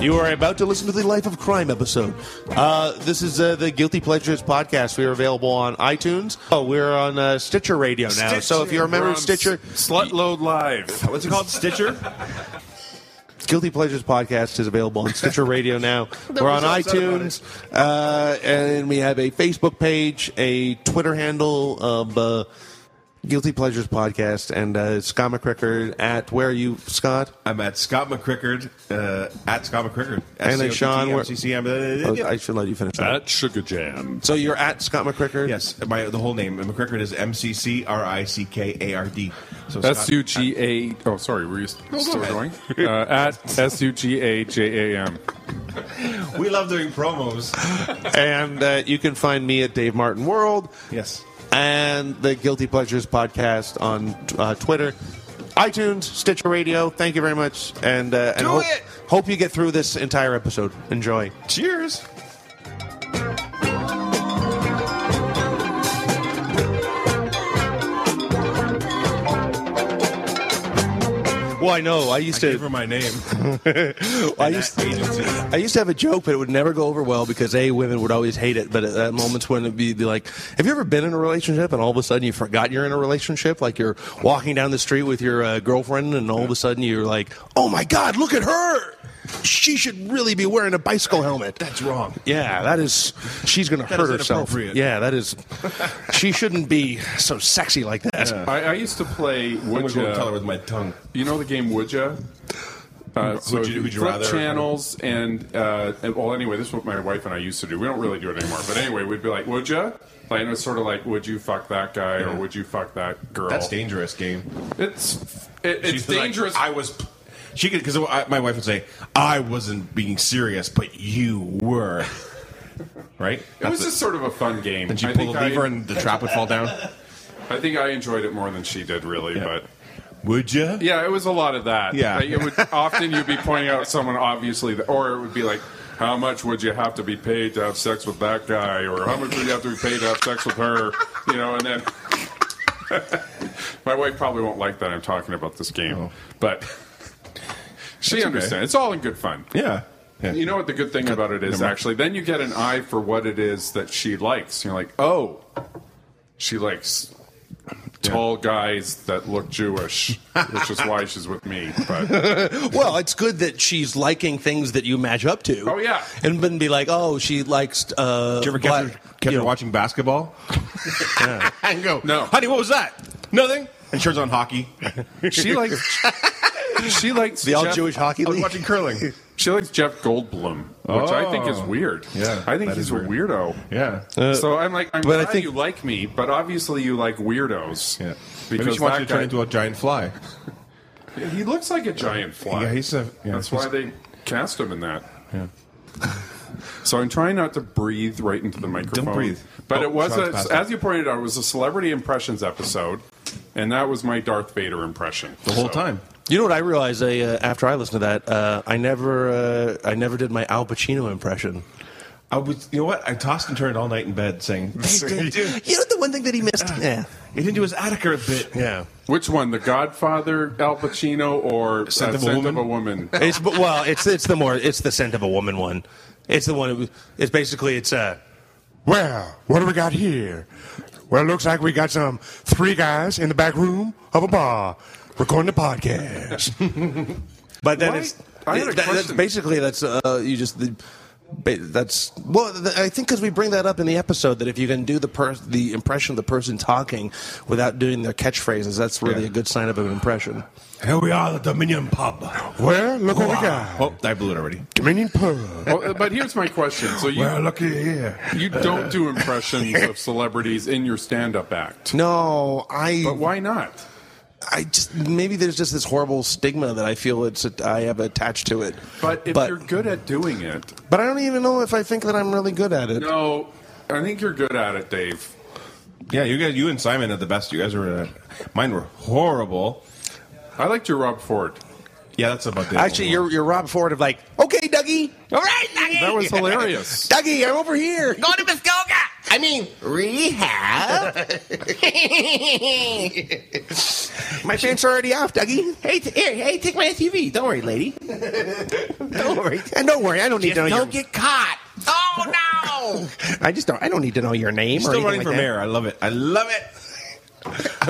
You are about to listen to the Life of Crime episode. Uh, this is uh, the Guilty Pleasures podcast. We are available on iTunes. Oh, we're on uh, Stitcher Radio now. So if you're a member We're of on Stitcher, S- Slut Load Live. What's it called? Stitcher? Guilty Pleasures podcast is available on Stitcher Radio now. We're on was upset about iTunes, uh, and we have a Facebook page, a Twitter handle of uh, Guilty Pleasures podcast, and uh, Scott McCricker at where are you, Scott? I'm at Scott McCrickard, uh, at Scott McCrickard. And then Sean, where- Oh, SCOTT, I should let you finish that. At Sugar Jam. So you're at Scott McCricker. Yes, my the whole name. McCrickard is M C C R I C K A R D. So S Scott- U G A. Oh, sorry. Were you still going? Uh, at S U G A J A M. We love doing promos. and uh, you can find me at Dave Martin World yes. and the Guilty Pleasures podcast on uh, Twitter, iTunes, Stitcher Radio. Thank you very much, and uh, and Do hope- it! hope you get through this entire episode. Enjoy. Cheers. Well, I know I used Give to her my name. I And used that agency. I used to have a joke, but it would never go over well because a women would always hate it. But at that moments when it'd be, be like, "Have you ever been in a relationship and all of a sudden you forgot you're in a relationship? Like you're walking down the street with your uh, girlfriend and all of a sudden you're like, "Oh my God, look at her! She should really be wearing a bicycle helmet." That's wrong. Yeah, that is. She's gonna That hurt is herself. inappropriate. Yeah, that is. She shouldn't be so sexy like that. Uh, I, I used to play I'm going Would to go and tell her Ya. with my tongue. You know the game Would Ya? Uh, so Would you- would you flip rather? channels and, uh, and- well anyway this is what my wife and I used to do we don't really do it anymore but anyway we'd be like would ya like, and it's sort of like would you fuck that guy or Yeah. would you fuck that girl That's dangerous game. it's it, it's She's like, dangerous I was. She could because my wife would say I wasn't being serious, but you were. Right. it was just sort of a fun game And she I pulled think the lever I, and the trap would fall down. I think I enjoyed it more than she did really Yeah. but Would you? Yeah, it was a lot of that. Yeah. Like, it would often you'd be pointing out someone obviously, that, or it would be like, how much would you have to be paid to have sex with that guy, or how much would you have to be paid to have sex with her, you know, and then. My wife probably won't like that I'm talking about this game, Oh. but she okay. understands. It's all in good fun. Yeah. Yeah. You know what the good thing about it is, Never mind. actually? Then you get an eye for what it is that she likes. You're like, oh, she likes tall guys that look Jewish, which is why she's with me. But Well, it's good that she's liking things that you match up to. Oh, yeah. and then be like, "Oh, she likes." Uh, Did you ever black- catch her, catch you her know, watching basketball? and go, No. honey, what was that? Nothing. And turns on hockey. she likes she likes the all Jeff- Jewish hockey I was league. watching curling. She likes Jeff Goldblum, which I think is Oh. weird. Yeah, I think that he's is a weird. Uh, weirdo. Yeah. so I'm like, I'm but I glad think- you like me, but obviously you like weirdos. Yeah. Maybe because she wants you that to turn guy, into a giant fly. he looks like a giant fly. Yeah, he's a. Yeah, That's he's- why they cast him in that. Yeah. So I'm trying not to breathe right into the microphone. breathe. But Oh, it was, Sean's a, passing. as you pointed out, it was a celebrity impressions episode, and that was my Darth Vader impression The whole So- time. You know what I realized I, uh, after I listened to that? Uh, I never, uh, I never did my Al Pacino impression. I was, you know what? I tossed and turned all night in bed, saying, "He didn't do, You know the one thing that he missed? Yeah, he didn't do his Attica bit." yeah. Which one, The Godfather, Al Pacino, or uh, Scent of a Woman? Woman? It's but, well, it's it's the more it's the scent of a woman one. It's the one. It's basically it's uh, Well, what do we got here? Well, it looks like we got some three guys in the back room of a bar recording a podcast. But then Why- it's I had a that- that's question. basically that's uh, you just the, ba- that's well th- I think because we bring that up in the episode that if you can do the per- the impression of the person talking without doing their catchphrases that's really Yeah. a good sign of an impression. Here we are, the Dominion Pub. well, look what we Wow. got. Oh, I blew it already. Dominion Pub. Well, but here's my question. So you, Well, looky here. you don't do impressions of celebrities in your stand-up act. No, I But why not? I just maybe there's just this horrible stigma that I feel it's uh, I have attached to it. But if but, you're good at doing it, but I don't even know if I think that I'm really good at it. no, I think you're good at it, Dave. Yeah, you guys, you and Simon are the best. You guys were, uh, mine were horrible. I liked your Rob Ford. Yeah, that's about the Actually, you're you're Rob Ford of like, okay, Dougie, all right, Dougie, That was hilarious. Dougie, I'm over here. Go to Muskoka. I mean, rehab. My pants are already off, Dougie. Hey, t- here, hey, take my SUV. Don't worry, lady. don't worry. And don't worry, I don't need to know your. Don't get caught. Oh no! I just don't. I don't need to know your name or Still running anything for like mayor. I love it. I love it.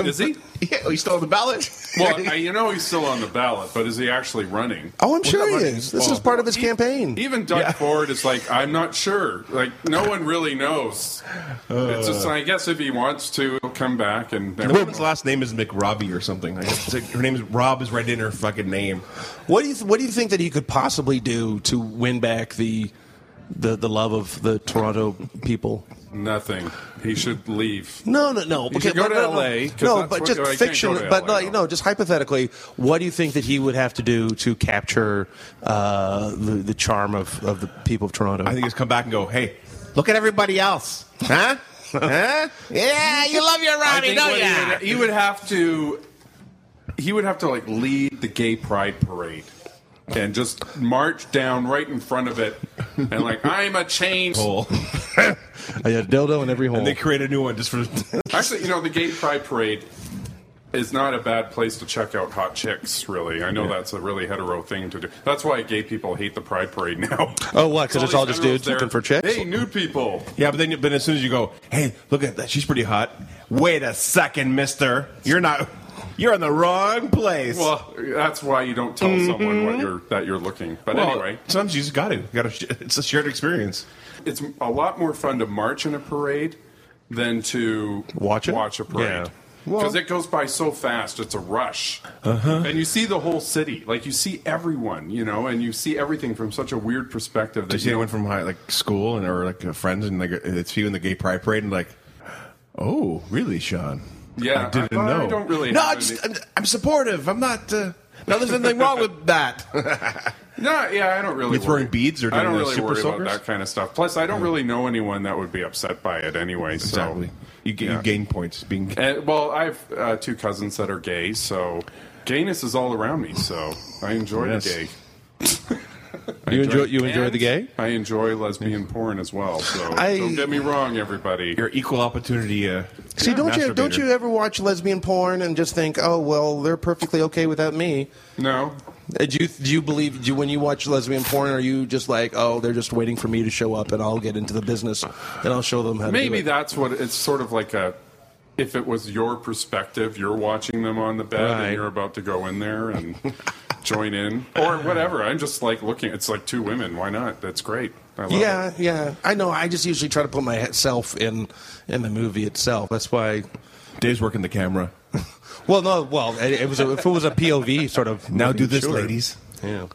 Is he? that. Yeah, oh, you stole the ballot. Well, I, you know he's still on the ballot, but is he actually running? Oh, I'm sure not he running. is. This Well, is part of his campaign. Even Doug Ford is like, I'm not sure. Like, no one really knows. it's just, Uh. I guess if he wants to, he'll come back and. Woman's last name is McRobbie or something. I guess it's like- her name is Rob is right in her fucking name. What do you What do you think that he could possibly do to win back the the, the love of the Toronto people? Nothing. He should leave. No, no, no. You should go to LA, 'cause No, but that's what- just oh, you can't fiction. go to But LA, like, no. no, just hypothetically, what do you think that he would have to do to capture uh, the the charm of, of the people of Toronto? I think he's come back and go, hey, Look at everybody else, huh? huh? Yeah, you love I your Robbie, think don't what he would- ya? he would have to. He would have to like lead the gay pride parade. And just march down right in front of it, and like I'm a change. hole. I had a dildo in every hole. And they create a new one just for. Actually, you know, the gay pride parade is not a bad place to check out hot chicks. Really, I know that's a really hetero thing to do. That's why gay people hate the pride parade now. Oh, what? 'Cause it's all just heteros dudes looking for chicks? Hey, nude people. yeah, but then but as soon as you go, hey, look at that, she's pretty hot. Wait a second, Mister, you're not, you're in the wrong place. Well, that's why you don't tell someone Mm-hmm. what you're that you're looking. But Well, anyway, sometimes you just got to. Got to. It's a shared experience. it's a lot more fun to march in a parade than to Watch it? Watch a parade. Yeah. Because it goes by so fast, it's a rush, Uh-huh. and you see the whole city. Like you see everyone, you know, and you see everything from such a weird perspective. That Do you see you anyone from high, like school and or like uh, friends and like it's you in the gay pride parade and like, oh, really, Sean? Yeah, I didn't I- I know. don't really No, have I just, any- I'm, I'm supportive. I'm not. Uh, no, there's nothing wrong with that. No, yeah, I don't really. You throwing worry. beads or I doing don't the really super worry soakers? about that kind of stuff. Plus, I don't really know anyone that would be upset by it anyway. So. You, ga- Yeah. you gain points being. gay. And, well, I have uh, two cousins that are gay, so gayness is all around me. So I enjoy Yes. the gay. you enjoy you enjoy And the gay? I enjoy lesbian porn as well. So I- don't get me wrong, everybody. You're equal opportunity. Uh, See, don't you don't masturbator. you ever watch lesbian porn and just think, oh well, they're perfectly okay without me? No, Uh, Do you do you believe do you, when you watch lesbian porn? Are you just like, oh, they're just waiting for me to show up and I'll get into the business and I'll show them how? to do maybe it. that's what it's sort of like a. If it was your perspective, you're watching them on the bed Right. and you're about to go in there and join in or whatever. I'm just like looking. It's like two women. Why not? That's great. I love Yeah, it. yeah. I know. I just usually try to put myself in in the movie itself. That's why. Dave's working the camera. Well, no. Well, it, it was a, if it was a POV sort of. Now movie, do this, sure. ladies. Yeah.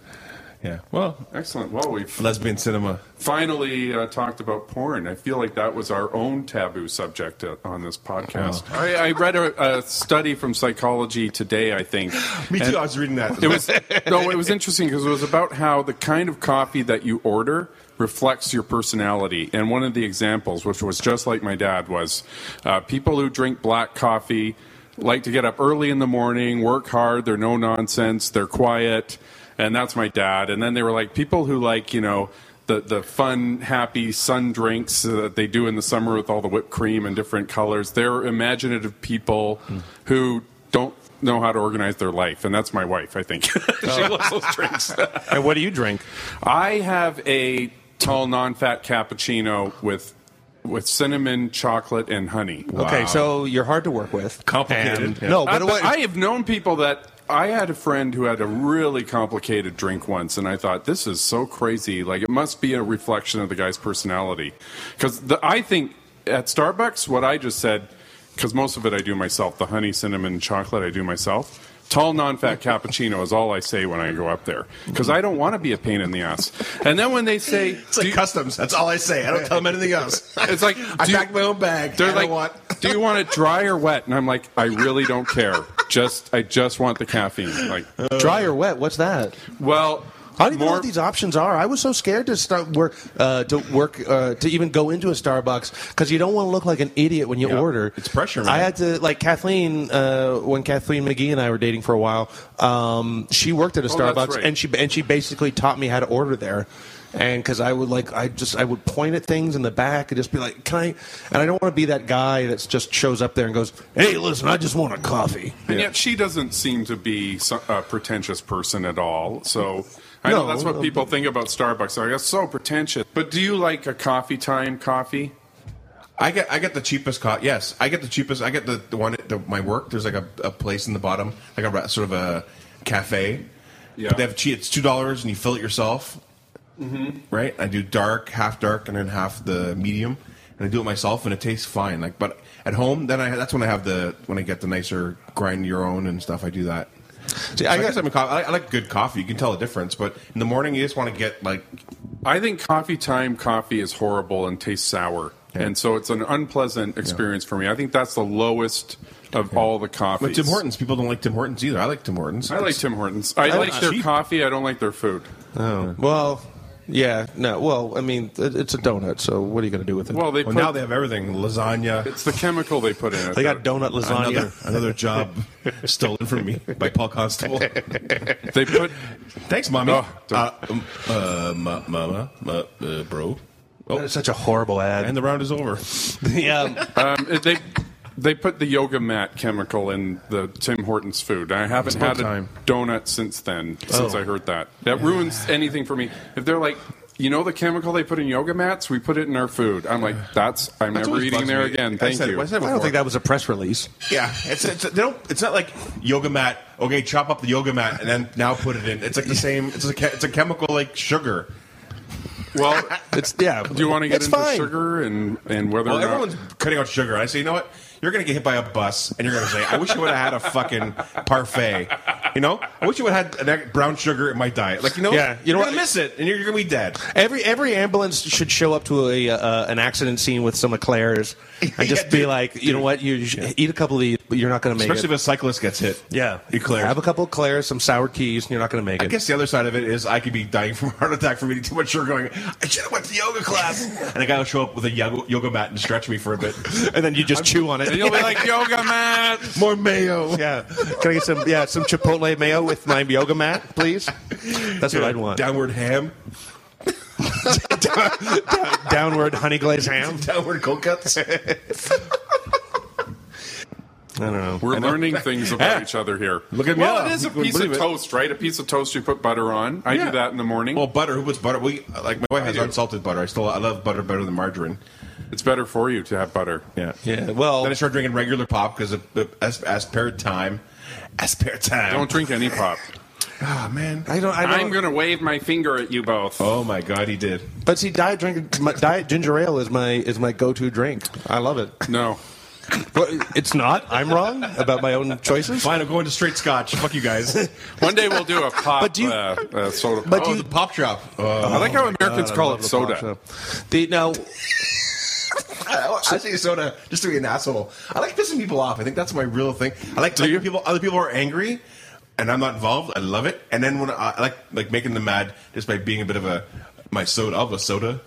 Yeah. Well, Excellent. Well, we've lesbian cinema. finally uh, talked about porn. I feel like that was our own taboo subject uh, on this podcast. Oh. I, I read a, a study from Psychology Today, I think. Me too. I was reading that. It was no, it was interesting because it was about how the kind of coffee that you order reflects your personality. And one of the examples, which was just like my dad, was uh, people who drink black coffee like to get up early in the morning, work hard, they're no nonsense, they're quiet, and that's my dad. And then they were like people who like you know. The, the fun, happy sun drinks uh, that they do in the summer with all the whipped cream and different colors. They're imaginative people who don't know how to organize their life, and that's my wife. I think she loves those drinks. And what do you drink? I have a tall, non-fat cappuccino with with cinnamon, chocolate, and honey. Okay, so you're hard to work with. Complicated. And- Yeah. No, Uh, but but what, I have known people that I had a friend who had a really complicated drink once, and I thought this is so crazy. Like it must be a reflection of the guy's personality, because I think at Starbucks, what I just said, because most of it I do myself. The honey, cinnamon, chocolate I do myself. Tall, non-fat cappuccino is all I say when I go up there, because I don't want to be a pain in the ass. And then when they say, It's like customs. That's all I say. I don't tell them anything else. It's like, I do you- pack my own bag. they're I like, don't want. "Do you want it dry or wet?" And I'm like, "I really don't care. Just, I just want the caffeine." Like, dry or wet? What's that? well, I don't even know more- what these options are. I was so scared to start work uh, to work uh, to even go into a Starbucks because you don't want to look like an idiot when you Yeah. order. It's pressure, man. I had to like Kathleen uh, when Kathleen McGee and I were dating for a while. Um, she worked at a that's Oh, Starbucks right. and she and she basically taught me how to order there. and because I would like I just I would point at things in the back and just be like, "Can I?" And I don't want to be that guy that just shows up there and goes, "Hey, listen, I just want a coffee." And yet she doesn't seem to be so- a pretentious person at all. So I know No. that's what people think about Starbucks. They're Like, that's so pretentious. But do you like a coffee time coffee? I get I get the cheapest cost. Yes, I get the cheapest. I get the, the one at the, my work. There's like a, a place in the bottom, like a re- sort of a cafe. Yeah. But they have che- it's two dollars and you fill it yourself. Mm-hmm. Right. I do dark, half dark, and then half the medium, and I do it myself, and it tastes fine. Like, but at home, then I that's when I have the when I get the nicer grind your own and stuff. I do that. See, I, I guess got I'm a co- I, I like good coffee. You can tell the difference, but in the morning you just want to get like I think coffee time coffee is horrible and tastes sour. And so it's an unpleasant experience for me. I think that's the lowest of all the coffees. but Tim Hortons. People don't like Tim Hortons either. I like Tim Hortons. I like Tim Hortons. I, like their cheap. coffee. I don't like their food. well, yeah, no, well, I mean, it, it's a donut, so what are you going to do with it? Well, they Well, put, now they have everything: lasagna, it's the chemical they put in it. they got though. donut lasagna. another, another job stolen from me by Paul Constable. They put Thanks, mommy. Oh, uh, um, uh, ma- mama, ma- uh, bro. That is such a horrible ad. And the round is over. yeah, um, it- they they put the yoga mat chemical in the Tim Hortons food. I haven't had about time. Oh. a donut since then. Since I heard that, that ruins anything for me. If they're like. You know the chemical they put in yoga mats? We put it in our food. I'm like, that's I'm That's never always eating bugs there me. again. I Thank said it- you. I said it I don't think that was a press release. Yeah, it's it's they don't, it's not like yoga mat. Okay, chop up the yoga mat and then now put it in. It's like the same. It's a che- it's a chemical like sugar. Well, It's yeah. do you want to get it's into fine. sugar and and whether Well, or not- everyone's cutting out sugar. I say, you know what? You're going to get hit by a bus, and you're going to say, "I wish I would have had a fucking parfait." You know, I wish I would have had that brown sugar in my diet. Like, you know, Yeah, you know you're what? going to miss it, and you're, going to be dead. Every every ambulance should show up to a uh, an accident scene with some eclairs and just Yeah, be dude. like, you know what, you sh- eat a couple of these, but you're not going to make Especially if it. a cyclist gets hit. yeah, eclairs. Have a couple of eclairs, some sour keys, and you're not going to make I it. guess the other side of it is I could be dying from a heart attack from eating too much sugar. Going, I should have went to yoga class, and a guy will show up with a yoga, yoga mat and stretch me for a bit. and then you just chew on and it. you'll be like yoga mat. More mayo. yeah, can I get some yeah some chipotle mayo with my yoga mat, please? That's what I'd want. Downward ham. Downward honey glazed ham. Downward cold cuts. I don't know. We're learning things about each other here. Look at me Well, up. it is a You wouldn't piece of believe it. toast, right? A piece of toast you put butter on. I Yeah. do that in the morning. well, butter. Who puts butter? We like my wife has do. unsalted butter. I still I love butter better than margarine. it's better for you to have butter. Yeah. Yeah, well, Then I started drinking regular pop because as as per time, as per time. Don't drink any pop. Ah man. I don't. I don't I'm going to wave my finger at you both. oh my god, he did. But see, diet drink, my, diet ginger ale is my is my go to drink. I love it. No. But it's not. I'm wrong about my own choices. Fine, I'm going to straight scotch. Fuck you guys. One day we'll do a pop But do you- uh, uh, soda. But oh, do Oh oh, you- the pop drop. Uh, I like how Americans call it soda. The, now, I say soda just to be an asshole. I like pissing people off. I think that's my real thing. I like like when people. Other people are angry, and I'm not involved. I love it. And then when I, I like like making them mad just by being a bit of a my soda of a soda.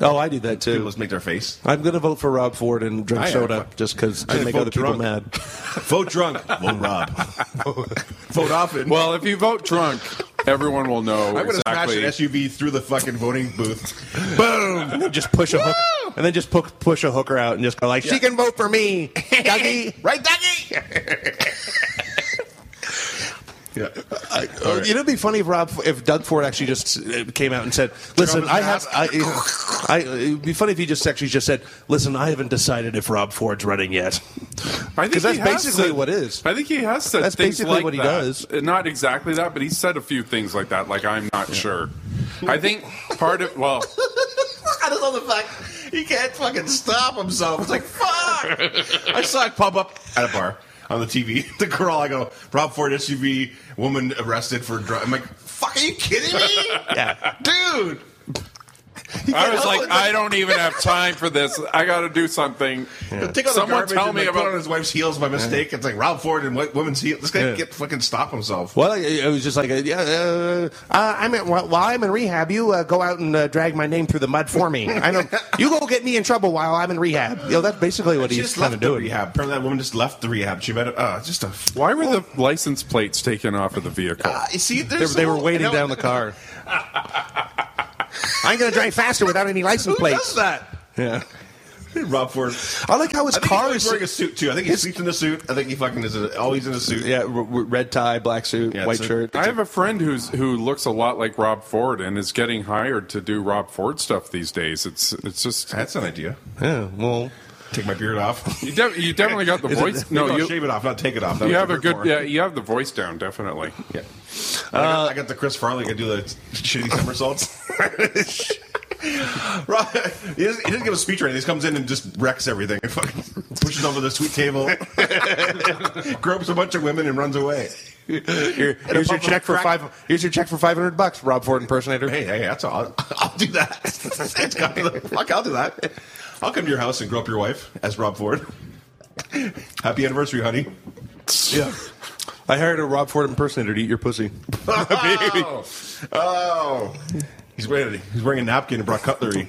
oh, I do that People too. just make their face. I'm going to vote for Rob Ford and drink I am. soda just because I to make vote other people drunk. mad. Vote drunk. Vote Rob. Vote often. Well, if you vote drunk, everyone will know I'm going to exactly. smash an SUV through the fucking voting booth. Boom! And then just push a hook, and then just pu- push a hooker out and just go like, "She can vote for me, Dougie." Right, Dougie? Yeah. Uh, You know, it'd be funny if Rob, if Doug Ford actually just uh, came out and said, "Listen, his I map. have." I, uh, I, it'd be funny if he just actually just said, "Listen, I haven't decided if Rob Ford's running yet." I think Because that's he has basically said- what it is. I think he has said That's things basically like what he that. does. Uh, Not exactly that, but he said a few things like that. Like I'm not sure. I think part of well, I don't know the fuck. He can't fucking stop himself. It's like, fuck. I saw it pop up at a bar on the TV. The girl, I go, Rob Ford SUV, woman arrested for drug. I'm like, fuck, are you kidding me? Yeah. Dude. I was like, I don't even have time for this. I got to do something. Take out Someone the garbage tell and, me like, put about- on his wife's heels by mistake. It's like Rob Ford and what woman's heels. This guy Yeah. can't fucking stop himself. Well, I- it was just like, uh, yeah, uh, uh, I'm at, while, while I'm in rehab, you uh, go out and uh, drag my name through the mud for me. I don't. You go get me in trouble while I'm in rehab. You know, that's basically what She he's just kind left of the doing. rehab. Apparently, that woman just left the rehab. She met. Uh, just a Why were the license plates Ah, taken off of the vehicle? You see, They, there's they were some- waiting you know, down the car. I'm going to drive faster without any license Who does plates. that? Yeah. Rob Ford. I like how his I think car is. he's wearing a suit too. I think he sleeps in a suit. I think he fucking is always in a suit. yeah, r- r- red tie, black suit, Yeah, white it's a- shirt. I have a friend who's who looks a lot like Rob Ford and is getting hired to do Rob Ford stuff these days. It's it's just That's an idea. yeah, well, Take my beard off. you, de- you definitely got the voice. no, No, you, shave it off, not take it off. That you was have a Rick good Warren. yeah, you have the voice down definitely. Yeah. I, Uh, got, I got the Chris Farley. I can do the shitty somersaults. Rob, he, doesn't, he doesn't give a speech or anything. He just comes in and just wrecks everything. He fucking pushes over the sweet table, gropes a bunch of women, and runs away. here, here's your bump check for crack- five. Here's your check for five hundred bucks, Rob Ford impersonator. Hey, hey, that's all. I'll, I'll do that. It's got to the- fuck, I'll do that. I'll come to your house and grope your wife as Rob Ford. Happy anniversary, honey. Yeah. I hired a Rob Ford impersonator to eat your pussy. Oh, oh. He's wearing, he's wearing a napkin and brought cutlery.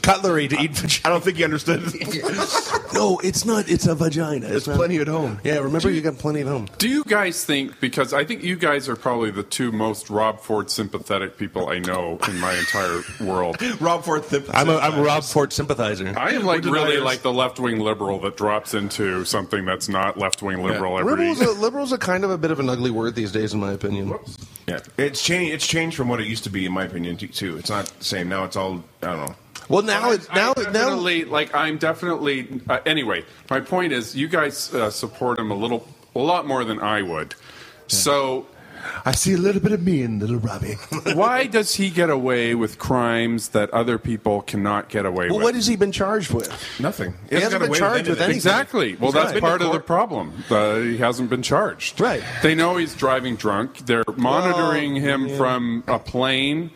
Cutlery to eat vagina. I don't think he understood. Uh, No, it's not. It's a vagina. It's not- at home. Yeah, remember you got plenty at home. Do you guys think because I think you guys are probably the two most Rob Ford sympathetic people I know in my entire world. Rob Ford. Thip- I'm a, I'm a Rob Ford sympathizer. I am like We're really deniers. like the left wing liberal that drops into something that's not left wing liberal every. Liberals, a, liberals are kind of a bit of an ugly word these days, in my opinion. Yeah, it's changed. It's changed from what it used to be, in my opinion, t- too. It's not the same now. It's all I don't know. Well, now it's now I'm now. definitely like I'm definitely uh, anyway. My point is, you guys uh, support him a little, a lot more than I would. So I see a little bit of me in little Robbie. why does he get away with crimes that other people cannot get away Well, with? what has he been charged with? Nothing. He hasn't got been away charged with anything. Exactly. Well, that's Right. part of the problem. Uh, he hasn't been charged. Right. They know he's driving drunk. They're monitoring him from a plane.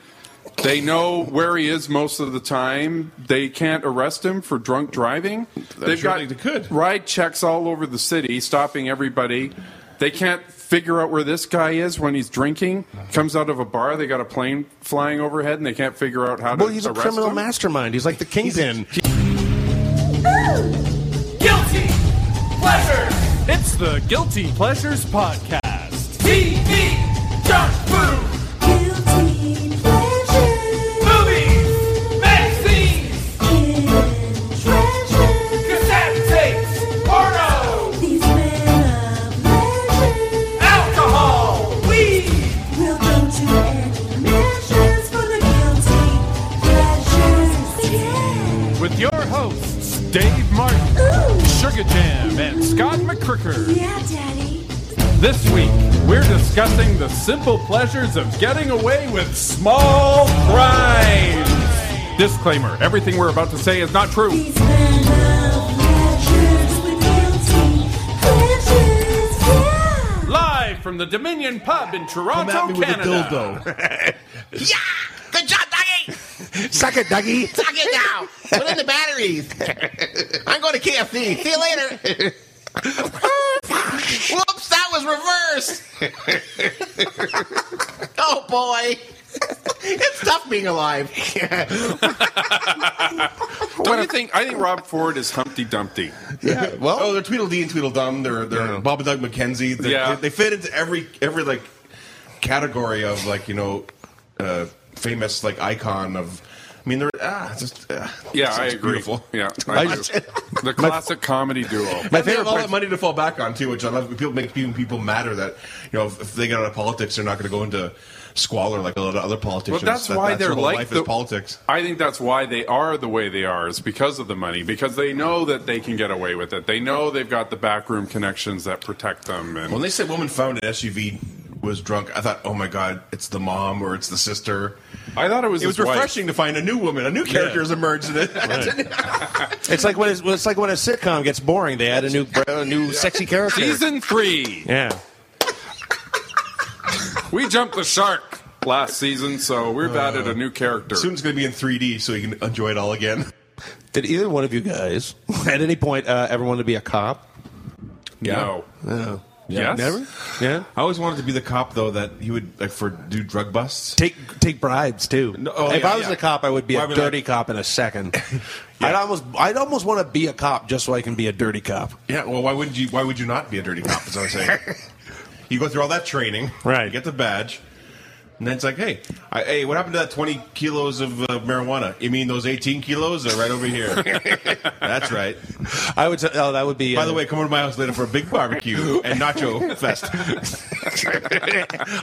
They know where he is most of the time. They can't arrest him for drunk driving. They've sure got they could. ride checks all over the city, stopping everybody. They can't figure out where this guy is when he's drinking. Comes out of a bar, they got a plane flying overhead, and they can't figure out how Well, to he's a arrest criminal him. mastermind. He's like the kingpin. Guilty Pleasures! It's the Guilty Pleasures Podcast. TV, junk food, Guilty pleasures, movies, magazines, hidden treasures. cassette tapes, porno, These men of leisure alcohol, weed. will come to any measures for the guilty pleasures. Yeah. With your hosts, Dave Martin, Ooh, Sugar Jam, and Scott McCricker. yeah, Daddy. This week, we're discussing the simple pleasures of getting away with small crimes. Disclaimer everything we're about to say is not true. These men of leisure with guilty pleasures. Yeah. Live from the Dominion Pub in Toronto, Come at me with a Canada. dildo. Yeah! Good job, Dougie! Suck it, Dougie. Suck it now! Put in the batteries! I'm going to KFC. See you later! Whoops, that was reverse! oh boy! It's tough being alive. Don't you think? I think Rob Ford is Humpty Dumpty. Yeah. Well, Oh, they're Tweedledee and Tweedledum. They're they're Bob and Doug McKenzie. They're, Yeah. they, they fit into every every like category of like you know uh, famous like icon of. I mean, they're ah just ah, Yeah, it's I agree. Beautiful. Yeah, I do. just- the classic comedy duo. My And they favorite have all part- that money to fall back on too, which I love. People make people, people matter that you know if, if they get out of politics, they're not going to go into squalor like a lot of other politicians. Well, that's That- why their they're whole like life the- is politics. I think that's why they are the way they are is because of the money because they know that they can get away with it. They know they've got the backroom connections that protect them and When they said woman found an SUV was drunk, I thought, oh my god, it's the mom or it's the sister. I thought it was It was his wife. refreshing to find a new woman, a new character has emerged in it. it's like when it's, it's like when a sitcom gets boring. They add a new a new sexy character. Season 3. Yeah. We jumped the shark last season, so we've added a new character. Uh, Soon it's going to be in 3D, so you can enjoy it all again. Did either one of you guys at any point uh, ever want to be a cop? No. No. Yes. Never. Yeah. I always wanted to be the cop though that he would like for do drug busts. Take take bribes too. No, oh, if yeah, I was yeah. a cop, I would be Why a would I- dirty cop in a second. I'd almost I'd almost want to be a cop just so I can be a dirty cop. Yeah, well, why wouldn't you? Why would you not be a dirty cop? Is what I'm saying. you go through all that training, Right. You get the badge, And then it's like, hey, I, hey, what happened to that 20 kilos of uh, marijuana? You mean those 18 kilos are right over here? That's right. I would. T- oh, that would be. By uh, the way, come over to my house later for a big barbecue and nacho fest.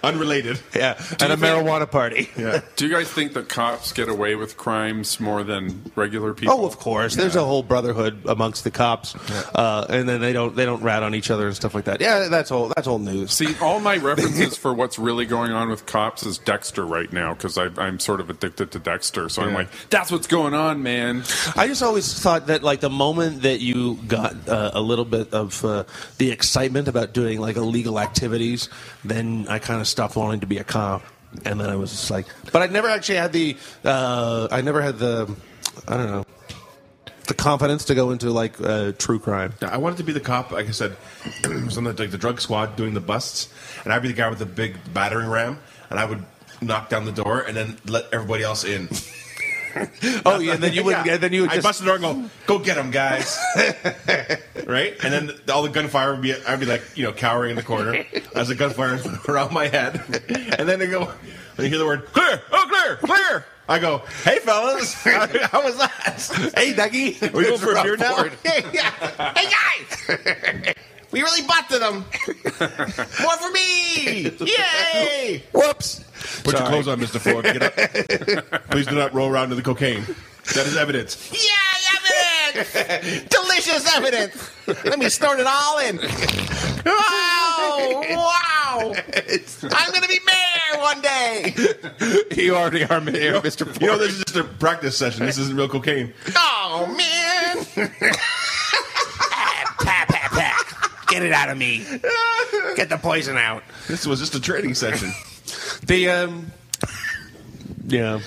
Unrelated. yeah, at a marijuana party. Yeah. Do you guys think that cops get away with crimes more than regular people? Oh, of course. There's a whole brotherhood amongst the cops, uh, and then they don't they don't rat on each other and stuff like that. Yeah, that's all. That's all news. See, all my references for what's really going on with cops is Dexter right now because I'm sort of addicted to Dexter. So I'm like, that's what's going on, man. I just always thought that like the moment that you got uh, a little bit of uh, the excitement about doing like illegal activities, then I kind of stopped wanting to be a cop, and then I was just like, but I never actually had the uh, I never had the I don't know the confidence to go into like uh, true crime. Yeah, I wanted to be the cop, like I said, something like the drug squad doing the busts, and I'd be the guy with the big battering ram, and I would knock down the door and then let everybody else in. Oh yeah, then you would Yeah. yeah. then you would I'd just bust the door and go, go get them, guys. right? And then all the gunfire would be, I'd be like, you know, cowering in the corner as the gunfire around my head. And then they go, when you hear the word, clear, oh, clear, clear. I go, hey, fellas, how was that? Hey, Dougie. We go for a beer now? hey, yeah. hey, guys. We really busted them. More for me. Yay. whoops. Put your clothes on, Mr. Ford. Get up. Please do not roll around to the cocaine. That is evidence. Yeah, evidence. Delicious evidence. Let me snort it all in. Wow. Wow. I'm going to be mayor one day. You already are mayor, Mr. Ford. You know, this is just a practice session. This isn't real cocaine. Oh, man. Pat, pat, pat. Get it out of me. Get the poison out. This was just a training session. The um, yeah.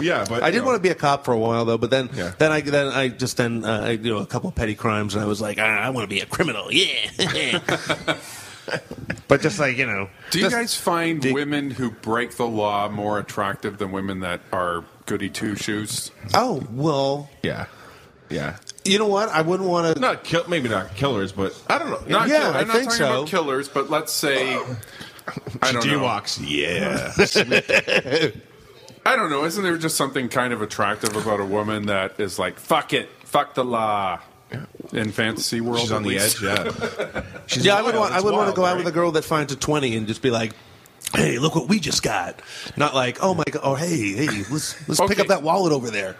Yeah, but I you did know. want to be a cop for a while though, but then Yeah. then I then I just then uh, I you know a couple petty crimes and I was like "Ah, I, I want to be a criminal, yeah. But just like, you know. Do you guys find women who break the law more attractive than women that are goody two shoes? oh well, Yeah, yeah. you know what? I wouldn't want to. Not kill, maybe not killers, but I don't know. Not Yeah, kill- I'm I not think talking so. about killers, but let's say I don't know. walks. Yeah, I don't know. Isn't there just something kind of attractive about a woman that is like, fuck it, fuck the law in fantasy world? she's at on the least? edge. Yeah, Yeah, I would wild. want. I It's would want wild, to go out right? with a girl that finds a twenty and just be like. Hey, look what we just got! Not like, oh my god, or hey, hey, let's let's pick Okay. up that wallet over there.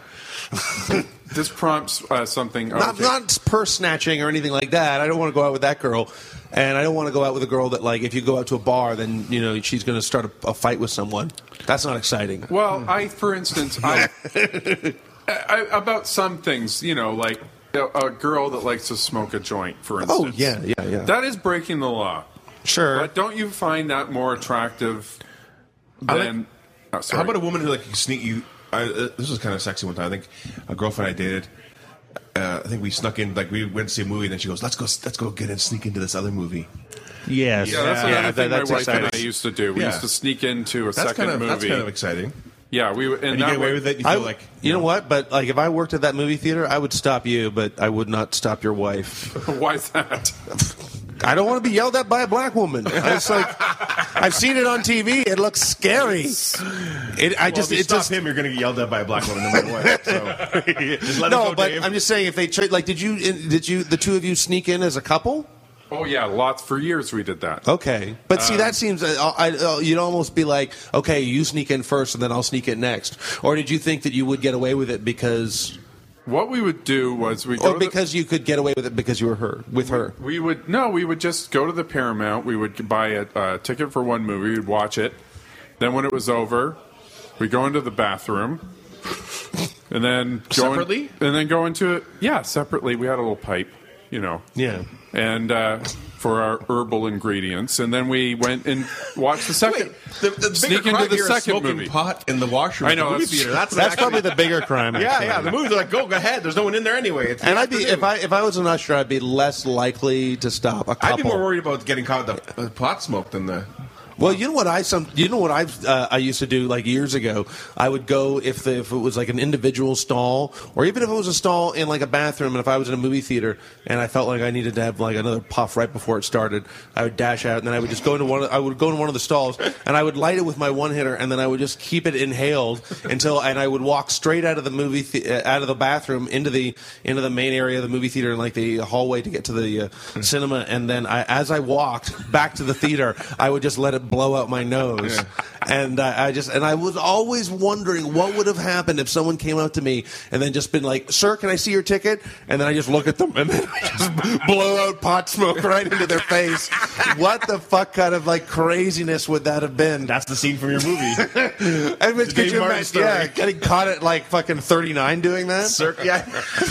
This prompts uh, something. Not okay. not purse snatching or anything like that. I don't want to go out with that girl, and I don't want to go out with a girl that like if you go out to a bar, then you know she's going to start a, a fight with someone. That's not exciting. Well, I, for instance, I, I, I about some things, you know, like a, a girl that likes to smoke a joint, for instance. Oh yeah, yeah, yeah. that is breaking the law. sure. But don't you find that more attractive than? oh, sorry. How about a woman who like can sneak you? I, uh, this was kind of sexy one time. I think a girlfriend I dated. Uh, I think we snuck in, like we went to see a movie, and then she goes, "Let's go, let's go get and sneak into this other movie." yes. Yeah, that's another that- thing that's my wife exciting. and I used to do. We Yeah. used to sneak into a That's second kind of movie. that's kind of exciting. yeah, we would- and, And you that get away way- with it. You feel I, like you know what? But like, if I worked at that movie theater, I would stop you, but I would not stop your wife. Why is that? I don't want to be yelled at by a black woman. It's like I've seen it on TV. It looks scary. It, I Well, just, if you it stop just. him, you're going to get yelled at by a black woman no matter what. So just let him No, go, but Dave. I'm just saying, if they tra- like, did you, did you, the two of you sneak in as a couple? Oh yeah, lots for years we did Oh. that. Okay, but see, that seems uh, I, uh, you'd almost be like, okay, you sneak in first, and then I'll sneak in next. Or did you think that you would get away with it because, What we would do was Oh, we or because you could get away with it because you were her with her? we would no, we would just go to the Paramount. We would buy a, a ticket for one movie. We'd watch it. Then when it was over, we go into the bathroom, and then go in- Separately? and then go into it. Yeah, separately. We had a little pipe, you know. Yeah. and uh, for our herbal ingredients, and then we went and watched the second. Wait, the, the sneak into bigger crime the here is second smoking movie. pot in the washroom. I know, at the movie that's- theater. That's, That's actually- probably the bigger crime. Yeah, actually. yeah. The movies are like, go, go ahead. There's no one in there anyway. It's And I'd be if I if I was an usher, I'd be less likely to stop a couple. I'd be more worried about getting caught with the, the pot smoke than the. Well, you know what I some you know what I uh, I used to do like years ago. I would go if the, if it was like an individual stall, or even if it was a stall in like a bathroom, and if I was in a movie theater and I felt like I needed to have like another puff right before it started, I would dash out and then I would just go into one. of- I would go into one of the stalls and I would light it with my one hitter, and then I would just keep it inhaled until and I would walk straight out of the movie the, uh, out of the bathroom into the into the main area of the movie theater and like the hallway to get to the uh, cinema and then I, as I walked back to the theater I would just let it blow out my nose and uh, I just and I was always wondering what would have happened if someone came up to me and then just been like sir can I see your ticket and then I just look at them and then I just blow out pot smoke right into their face what the fuck kind of like craziness would that have been That's the scene from your movie. I mean, could Dave you Martin imagine, story. yeah, getting caught at like fucking 39 doing that? yeah.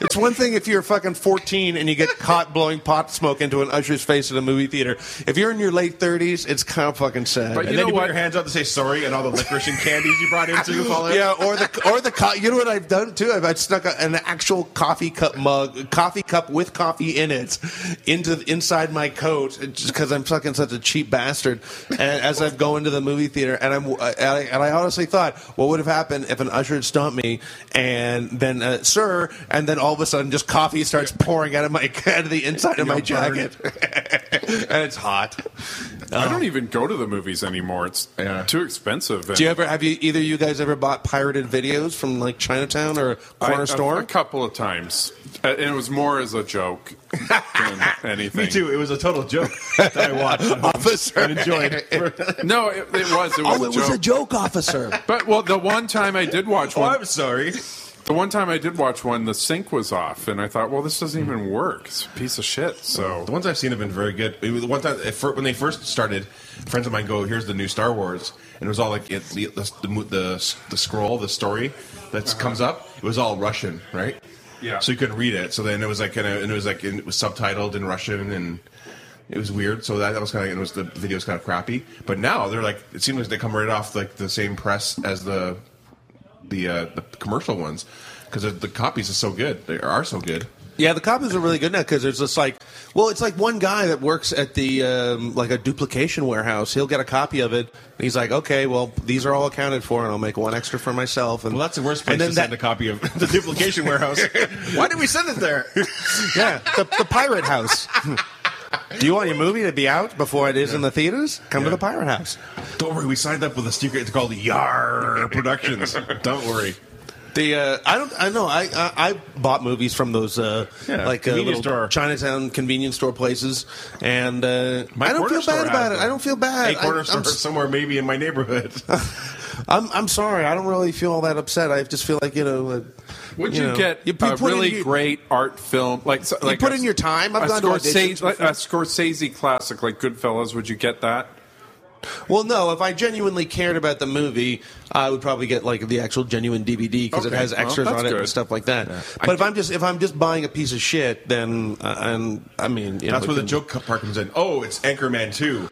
it's one thing if you're fucking 14 and you get caught blowing pot smoke into an usher's face at a movie theater. If you're in your late 30s, it's kind of fucking sad. and then you put your hands up to say sorry, and all the licorice and candies you brought in too fall out. yeah, or the or the co- you know what I've done too? I've, I've stuck a, an actual coffee cup mug, coffee cup with coffee in it, into inside my coat just because I'm fucking such a cheap bastard. And as I'm going to the movie theater, and I'm and I, and I honestly thought, what would have happened if an usher had stomped me, and then uh, sir, and then all of a sudden just coffee starts pouring out of my out of the inside of my jacket, and it's hot. I don't even go to the movies anymore. It's too expensive. Oh. Do you ever have you either you guys ever bought pirated videos from like Chinatown or a I- corner a- store? A couple of times. Uh, And it was more as a joke than anything. Me too. It was a total joke that I watched. at home Officer. and enjoyed. No, it, it was. It was, Oh, a, it joke. was a joke, officer. But, well, the one time I did watch one. Oh, sorry. The one time I did watch one, the sink was off, and I thought, well, this doesn't even work. It's a piece of shit. So The ones I've seen have been very good. It was- The one time at fir- when they first started, friends of mine go, "Here's the new Star Wars," and it was all like it, the, the, the mo- the the scroll, the story that comes up. It was all Russian, right? Yeah. So you couldn't read it. So then it was like, kind of, and it was like, and it was subtitled in Russian, and it was weird. So that, that was kind of, it was the video was kind of crappy. But now they're like, it seems like they come right off like the same press as the the uh, the commercial ones because the, the copies are so good. They are so good. yeah, the copies are really good now because there's just like, well, it's like one guy that works at the um, like a duplication warehouse. He'll get a copy of it. And he's like, okay, well, these are all accounted for, and I'll make one extra for myself. And Well, that's the worst place And then to that, send a copy of the duplication warehouse. Why did we send it there? yeah, the, the pirate house. Do you want your movie to be out before it is in the theaters? Come to the pirate house. Don't worry, we signed up with a secret. It's called Yar Productions. Don't worry. The uh, I don't I know I I, I bought movies from those uh, Yeah, like uh, convenience little store. Chinatown convenience store places, and uh, I don't corner feel store bad has about it. them. I don't feel bad. A corner I, store I'm, s- somewhere, maybe in my neighborhood. I'm I'm sorry. I don't really feel all that upset. I just feel like you know. Uh, Would you, know, get you a put in really your- great art film? Like, so- like put a- in your time? I've a gone to auditions Scorsese, like, before. a Scorsese classic like Goodfellas. Would you get that? Well, no. If I genuinely cared about the movie, I would probably get like the actual genuine DVD because Okay, it has well, extras that's on it good. and stuff like that. But if I'm just if I'm just buying a piece of shit, then uh, and I mean you know, That's where the it can- joke part comes in. Oh, it's Anchorman 2.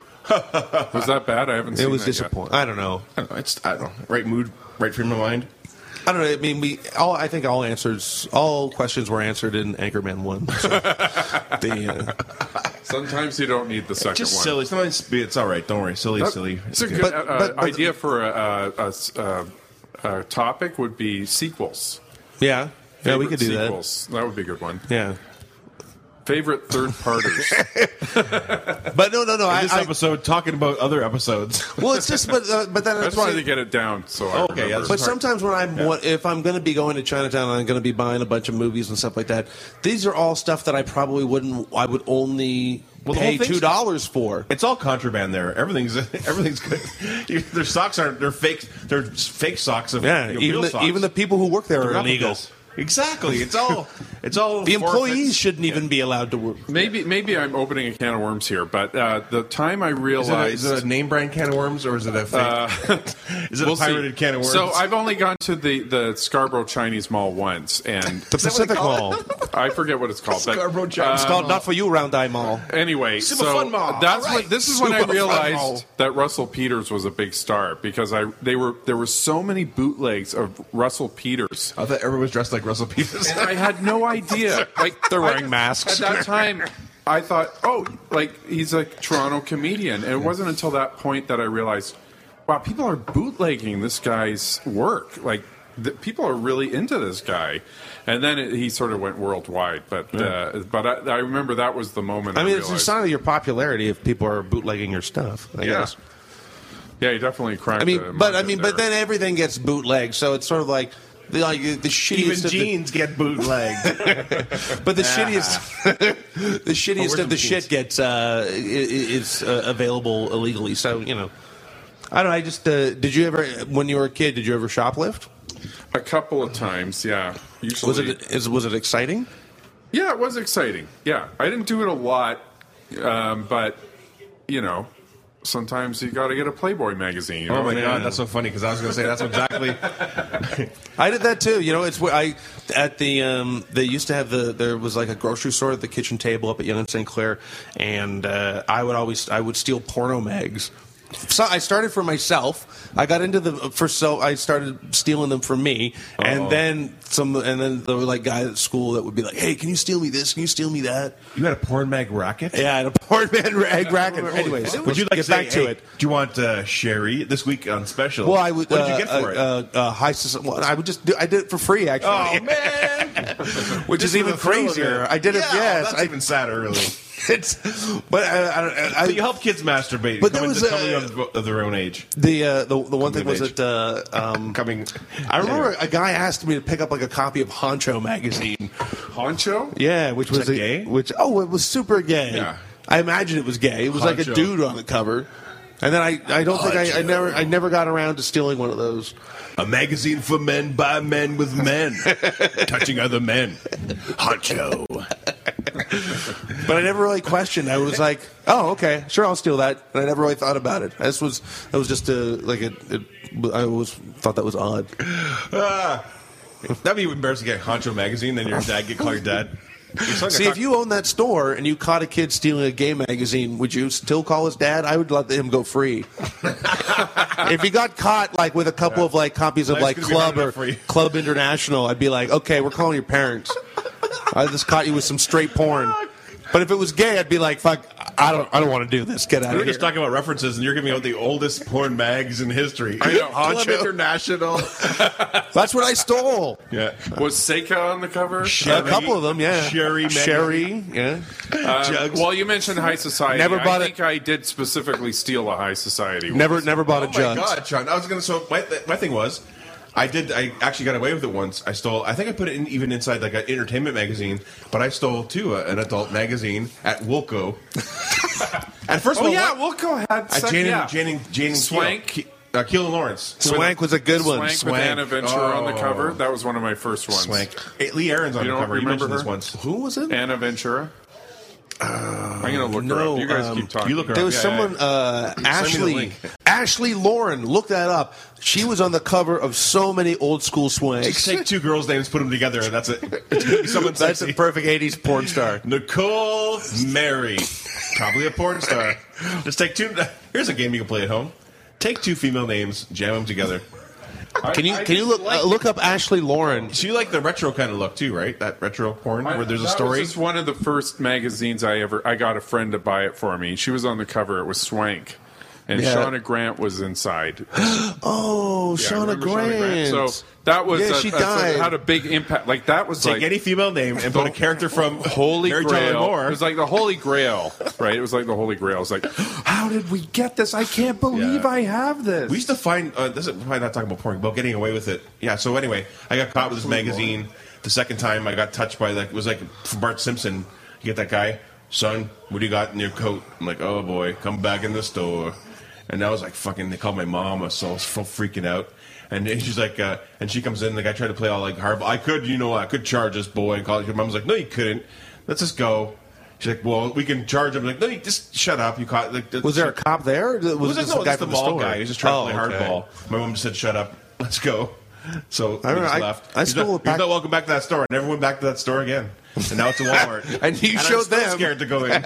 Was that bad? I haven't It seen was that yet. disappointing. I don't know. I don't know, it's, I don't know. Right mood, right frame of mind. I don't know. I mean, we all. I think all answers, all questions were answered in Anchorman one. So the, uh, Sometimes you don't need the second Just one. silly. Sometimes it's all right. Don't worry. Silly, silly. It's a good But- uh, uh, but- but- idea for a, a- a s- a- a topic would be sequels. yeah, yeah, we Favorite could do sequels. That would be a good one. that. Yeah, Favorite third parters. but no, no, no. I, this I- episode, talking about other episodes. well, it's just, but uh, but then I just wanted to get it down. So I Okay, yeah, remember. But sometimes when I'm, what, if I'm going to be going to Chinatown, and I'm going to be buying a bunch of movies and stuff like that. These are all stuff that I probably wouldn't. I would only Well, the pay whole thing's- two dollars for. It's all contraband there. Everything's everything's good. You- their socks aren't. They're fake. They're fake socks of Yeah, you know, even real the, socks. even the people who work there They're are illegal. replicas. Exactly. It's all. It's all. The employees forfeits. shouldn't even be allowed to work. Maybe maybe I'm opening a can of worms here, but uh, the time I Is it, a, realized is it a name brand can of worms or is it a fake? is it We'll a see. pirated can of worms? So I've only gone to the, the Scarborough Chinese Mall once, and The Pacific Mall. I forget what it's called. but, Scarborough It's Chinese uh, called Not For You Round Eye Mall. Anyway, Super so Fun Mall. that's All what right. this is when Super I Fun Mall. realized that Russell Peters was a big star because I they were there were so many bootlegs of Russell Peters. I thought everyone was dressed like Russell Peters. I had no idea. Like they're wearing masks. at that time. I thought, oh, like he's a Toronto comedian. And it wasn't until that point that I realized, wow, people are bootlegging this guy's work. Like th- people are really into this guy. And then it, he sort of went worldwide. But uh, but I, I remember that was the moment. I, I mean, it's realized, a sign of your popularity if people are bootlegging your stuff. I yeah. guess. Yeah, he definitely cracked. I mean, the but I market mean, but there. then everything gets bootlegged, so it's sort of like the like the shittiest. Even of the- jeans get bootlegged. but the shittiest, the shittiest of the shit gets uh, i- i- is uh, available illegally. So you know, I don't. know, I just uh, did you ever when you were a kid? Did you ever shoplift? a couple of times, yeah. Usually, Was it is, was it exciting? Yeah, it was exciting. Yeah, I didn't do it a lot, um, but you know, sometimes you got to get a Playboy magazine. you oh know? my And- god, that's so funny because I was going to say that's exactly. I did that too. You know, it's where I at the um, they used to have the there was like a grocery store at the kitchen table up at Young and St Clair, and uh, I would always I would steal porno mags. So I started for myself. I got into the for so I started stealing them for me, and then some. And then there were like guys at school that would be like, "Hey, can you steal me this? Can you steal me that?" You had a porn mag racket. Yeah, I had a porn man rag racket. Anyways, Would you like get to say, back to hey, it? Do you want uh, sherry this week on special? Well, I would. What did uh, you get uh, for it? Uh, uh, high society. Well, I would just. Do, I did it for free, actually. oh man, which is Just even for the thrill of crazier. I did it. Yeah, oh, yes, that's I, even sadder, really. it's, but I, I, I, But you help kids masturbate. But But there coming, was to a- coming of, of their own age. the, uh, the the one Coming thing was of that uh, um, Coming. I remember a guy asked me to pick up like a copy of Honcho magazine. Honcho? Yeah, which was that a- gay? Which oh, it was super gay. Yeah. I imagine it was gay. It was like a Honcho. dude on the cover. And then I, I don't think I, I never I never got around to stealing one of those. A magazine for men by men with men, touching other men. Honcho. But I never really questioned. I was like, oh, okay, sure, I'll steal that. And I never really thought about it. This was that was just a like a, it, I always thought that was odd. Ah, that'd be embarrassing. to Get Honcho magazine, then your dad get called your dad. You're still gonna See, talk- if you own that store and you caught a kid stealing a gay magazine, would you still call his dad? I would let him go free. if he got caught like with a couple of like copies of Life's like gonna Club be hard or enough for you. Club International, I'd be like, okay, we're calling your parents. I just caught you with some straight porn. But if it was gay, I'd be like, fuck, I don't, I don't want to do this. Get out We of were here. just talking about references, and you're giving out the oldest porn mags in history. I know, Club International. That's what I stole. yeah. Was Seika on the cover? a couple of them, yeah. Sherry magazine. Sherry, yeah. Uh, well, you mentioned high society. Never bought I it. think I did specifically steal a high society. one. Never, never bought a Oh my jug. god, Sean! I was gonna. So my, th- my thing was, I did. I actually got away with it once. I stole. I think I put it in even inside like an entertainment magazine, but I stole too a, an adult magazine at Wilco. at first of Oh all, yeah, what- Wilco had at sec- Jane, yeah. and, Jane and Jane and Swank. Keel, Ke- uh, Keel and Lawrence. Swank was a good one. Swank, with Swank. Anna Ventura on Oh. the cover. That was one of my first ones. Swank. Eh, Lee Aaron's on You the don't cover. You remember mentioned this her? once. Who was it? Anna Ventura. I'm gonna look her no, up. You guys um, keep talking. Uh, You look her There up. was Yeah, someone, yeah. uh, Ashley, link. Ashley Lauren. Look that up. She was on the cover of so many old school swanks. Take two girls' names, put them together, and that's it. It's gonna be someone That's sexy. a perfect '80s porn star. Nicole Mary, probably a porn star. Just take two. Here's a game you can play at home. Take two female names, jam them together. Can you can you look uh, look up Ashley Lauren? So you like the retro kind of look too, right? That retro porn I- where there's a that story. Was just one of the first magazines I ever. I got a friend to buy it for me. She was on the cover. It was Swank, and Yeah. Shauna Grant was inside. Oh, Yeah, I Shauna, remember Grant. So that was Yeah, a, she a- so it died. had a big impact. Like that was Take like any female name and put a character from Holy Mary Tyler Grail. Moore. It was like the Holy Grail, right? It was like the Holy Grail. It's like, how did we get this? I can't believe Yeah. I have this. We used to find uh, this is probably not talking about porn, but getting away with it. Yeah. So anyway, I got caught with this magazine the second time. I got touched by like it was like from Bart Simpson. You get that guy, son. What do you got in your coat? I'm like, oh boy, come back in the store. And I was like, fucking. They called my mom, so I was so freaking out. And then she's like, uh, and she comes in. The guy tried to play all like hard. I could, you know, I could charge this boy and call it. Your mom's like, no, you couldn't. Let's just go. She's like, well, we can charge him. like, no, you just shut up. You caught. Like, was there a cop there? Or was, was, it was just no, a guy just the from ball store? guy. He was just trying to play Oh, okay. hardball. My mom just said, "Shut up, let's go." So I remember, just I- left. I He's stole not, a pack- He's not welcome back to that store. I never went back to that store again. And now it's a Walmart. And you I'm showed still them. Scared to go in.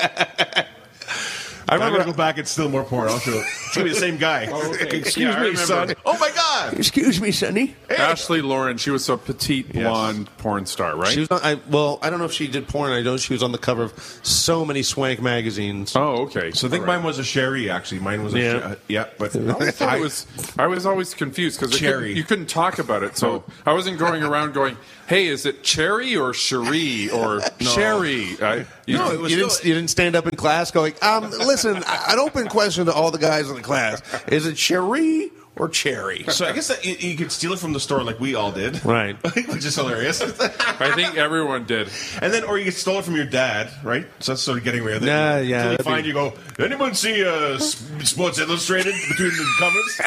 I I am gonna remember go back and steal more porn. I'll show. It's gonna be the same guy. okay. Excuse Yeah, I me, remember. son. Oh my Yeah. Excuse me, Sonny. Ashley Lauren, she was a petite blonde porn star, right? She was on, I, well, I don't know if she did porn. I know she was on the cover of so many swank magazines. oh, okay. So I think All right. mine was a sherry. Actually, mine was a Yeah. yeah. yeah, but I was I was always confused because Cherry. you couldn't talk about it, so I wasn't going around going, "Hey, is it cherry or cherie or sherry?" I, you know, you, didn't, you didn't stand up in class going, um, listen, I- an open question to all the guys in the class. Is it Cherie or Cherry? So I guess that you, you could steal it from the store like we all did, Right. Which is hilarious. I think everyone did. and then, or you could steal it from your dad, right? So that's sort of getting rid of it. Nah, yeah, Till you that'd find be- you go. Anyone see uh, S- Sports Illustrated between the covers,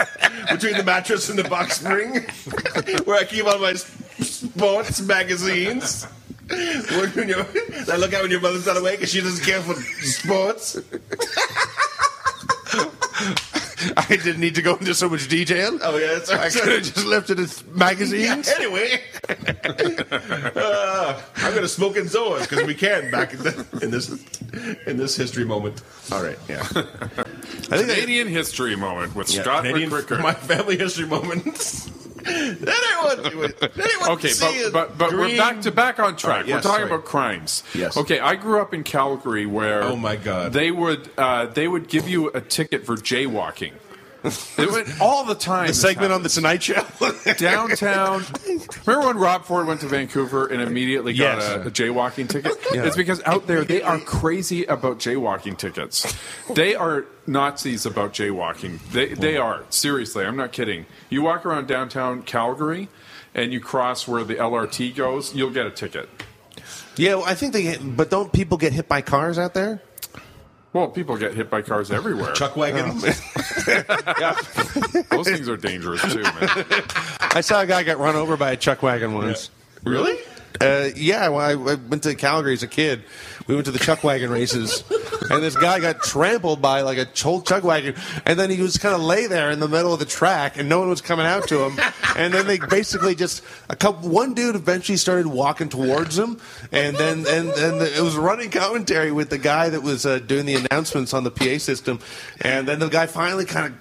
between the mattress and the box spring, where I keep all my s- sports magazines. When your, I look out when your mother's not awake and she doesn't care for sports. I didn't need to go into so much detail. Oh yeah, that's I could have just left it as magazines. Yeah, anyway, Uh, I'm gonna smoke in Zoas because we can back in, the, in this in this history moment. All right, yeah, I think they- Canadian history moment with Scott Canadian- McCricker. my family history moments. Did anyone? Did anyone okay, see but but, but we're green- back to back on track. Alright, yes, we're talking sorry. about crimes. Yes. Okay, I grew up in Calgary where Oh my God. they would uh, they would give you a ticket for jaywalking. It went all the time. the segment on the Tonight Show. downtown. Remember when Rob Ford went to Vancouver and immediately got Yes. a, a jaywalking ticket? It's because out there they are crazy about jaywalking tickets. They are Nazis about jaywalking. They they are seriously. I'm not kidding. You walk around downtown Calgary and you cross where the LRT goes, you'll get a ticket. yeah, well, I think they. But don't people get hit by cars out there? Well, people get hit by cars everywhere. chuck Oh, E. wagons. Those things are dangerous too, man. I saw a guy get run over by a chuck wagon once. really? Uh, yeah, well, I, I went to Calgary as a kid. We went to the chuck wagon races, and this guy got trampled by like a whole chuck wagon, and then he was kind of lay there in the middle of the track, and no one was coming out to him. And then they basically just a couple, one dude eventually started walking towards him, and then and and the, it was running commentary with the guy that was uh, doing the announcements on the PA system, and then the guy finally kind of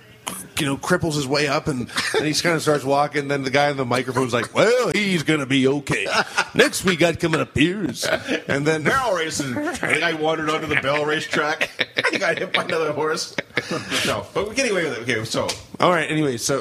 you know, cripples his way up and, and he kind of starts walking. Then the guy in the microphone's like, well, he's going to be okay. Next we got coming up here is. And then, Barrel racing. I think I wandered onto the barrel racetrack. I got hit by another horse. No, but we get away with it. Okay, so all right, anyway, so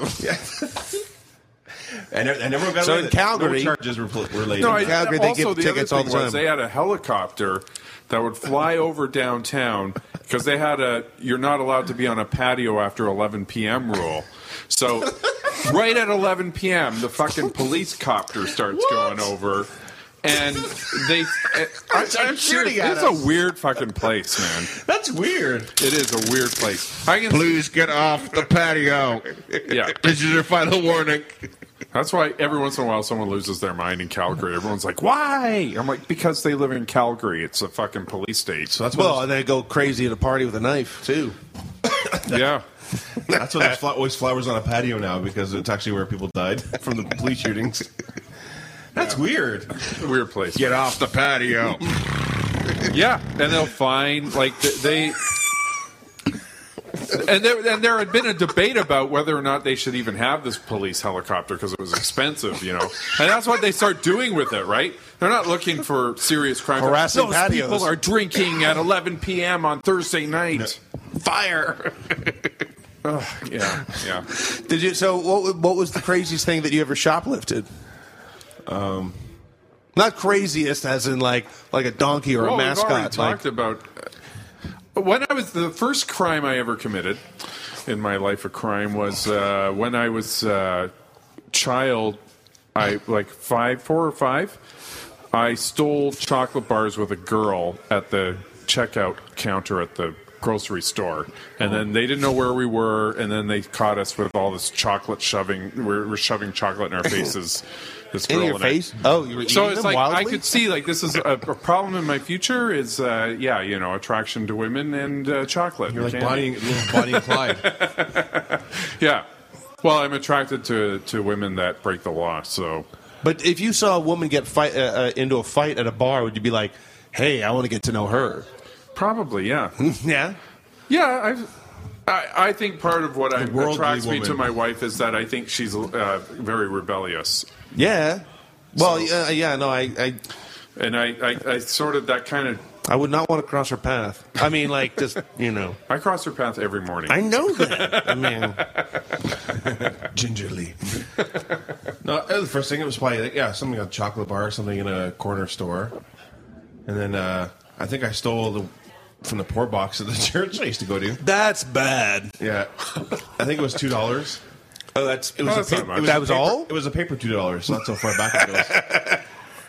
and, and everyone got So away in with it. Calgary- no charges were pl- were laid. No, I, Calgary, they also give the tickets other all thing the was time. they had a helicopter that would fly over downtown because they had a you're not allowed to be on a patio after 11 p.m. rule. So right at 11 p.m. the fucking police copter starts going over. And they, eh, I, I'm serious. shooting at It's us. a weird fucking place, man. That's weird. It is a weird place. I can, Please get off the patio. yeah. This is your final warning. That's why every once in a while someone loses their mind in Calgary. Everyone's like, "Why?" I'm like, "Because they live in Calgary. It's a fucking police state." So That's what well, and they go crazy at a party with a knife too. yeah. That's why there's fl- always flowers on a patio now because it's actually where people died from the police shootings. That's weird. Weird place. Get off the patio. Yeah, and they'll find like th- they. And there, and there had been a debate about whether or not they should even have this police helicopter because it was expensive, you know. And that's what they start doing with it, right? They're not looking for serious crimes. Harassing Those patios. people are drinking at 11 p.m. on Thursday night. Fire! Yeah, yeah. Did you? So what? wa- What was the craziest thing that you ever shoplifted? Um, Um, not craziest as in like like a donkey or a Well, We've already mascot. like- talked about uh, when I was the first crime I ever committed in my life. A crime was uh, when I was uh, child. I like five, four or five. I stole chocolate bars with a girl at the checkout counter at the grocery store, and then they didn't know where we were, and then they caught us with all this chocolate shoving. we We're, we're shoving chocolate in our faces. This in girl your and I- face? Oh, you were eating so it's them like wildly? I could see like this is a, a problem in my future. Is uh, yeah, you know, attraction to women and uh, chocolate. You're like Candy. Bonnie, little Bonnie and Clyde. Yeah. Well, I'm attracted to to women that break the law. So But if you saw a woman get fight uh, uh, into a fight at a bar, would you be like, "Hey, I want to get to know her"? Hmm. probably yeah, yeah. yeah. I've I, I think part of what I, worldly attracts me to my woman. wife is that I think she's uh, very rebellious. Yeah. Well, yeah, yeah, no, I, I, And I, I, I sort of, that kind of, I would not want to cross her path. I mean, like, just, you know. I cross her path every morning. I know that. I mean, gingerly. no, that was the first thing it was probably like, yeah, something at a chocolate bar, something in a corner store, and then uh, I think I stole the from the poor box at the church I used to go to. that's bad. Yeah, I think it was two dollars. Oh, that's It was that's a not paper, much. it was That a was paper- all? It was a paper two dollars. So that's how far back it goes.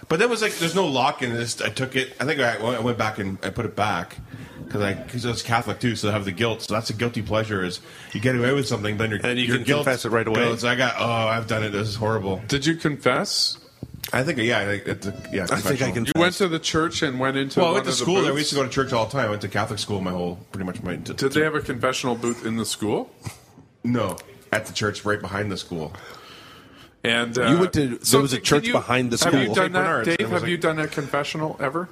But that was like, there's no lock in this. I took it. I think I, I went back and I put it back because I, cause I was Catholic too, so I have the guilt. So that's a guilty pleasure is you get away with something, then your And you your can guilt confess it right away. goes, I got. Oh, I've done it. This is horrible. Did you confess? I think. Yeah. I think. It's a, yeah. I think I can. You went to the church and went into Well, I one went to of the school there. booths? We used to go to church all the time. I went to Catholic school my whole pretty much my. Did they have a confessional booth in the school? no at the church right behind the school. And uh, You went to- there was a can church behind the Have you school. done St. that, Bernard's. Dave? It was Have like- you done a confessional ever?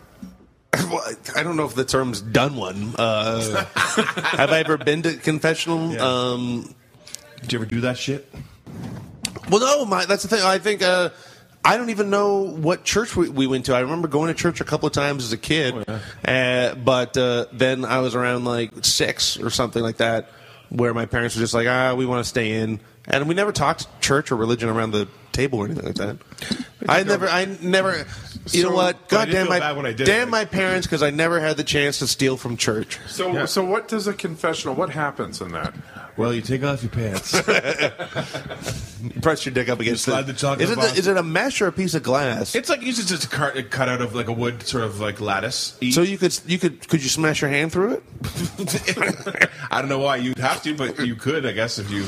Well, I don't know if the term's done one. Uh, have I ever been to confessional? Yeah. Um, Did you ever do that shit? well, no. My, that's the thing. I think uh, I don't even know what church we, we went to. I remember going to church a couple of times as a kid, Oh, uh, but uh, then I was around like six or something like that, where my parents were just like, "Ah, we want to stay in," and we never talked church or religion around the table or anything like that. I never, I never. You know So- what? But I God did damn feel my, bad when I did it. damn my parents because I never had the chance to steal from church. So, so what does a confessional? What happens in that? Well, you take off your pants. press your dick up against slide it. the chocolate is, it box. is it a mesh or a piece of glass? It's like usually just a cut, a cut out of like a wood sort of like lattice. so you could you could could you smash your hand through it? I don't know why you'd have to, but you could, I guess, if you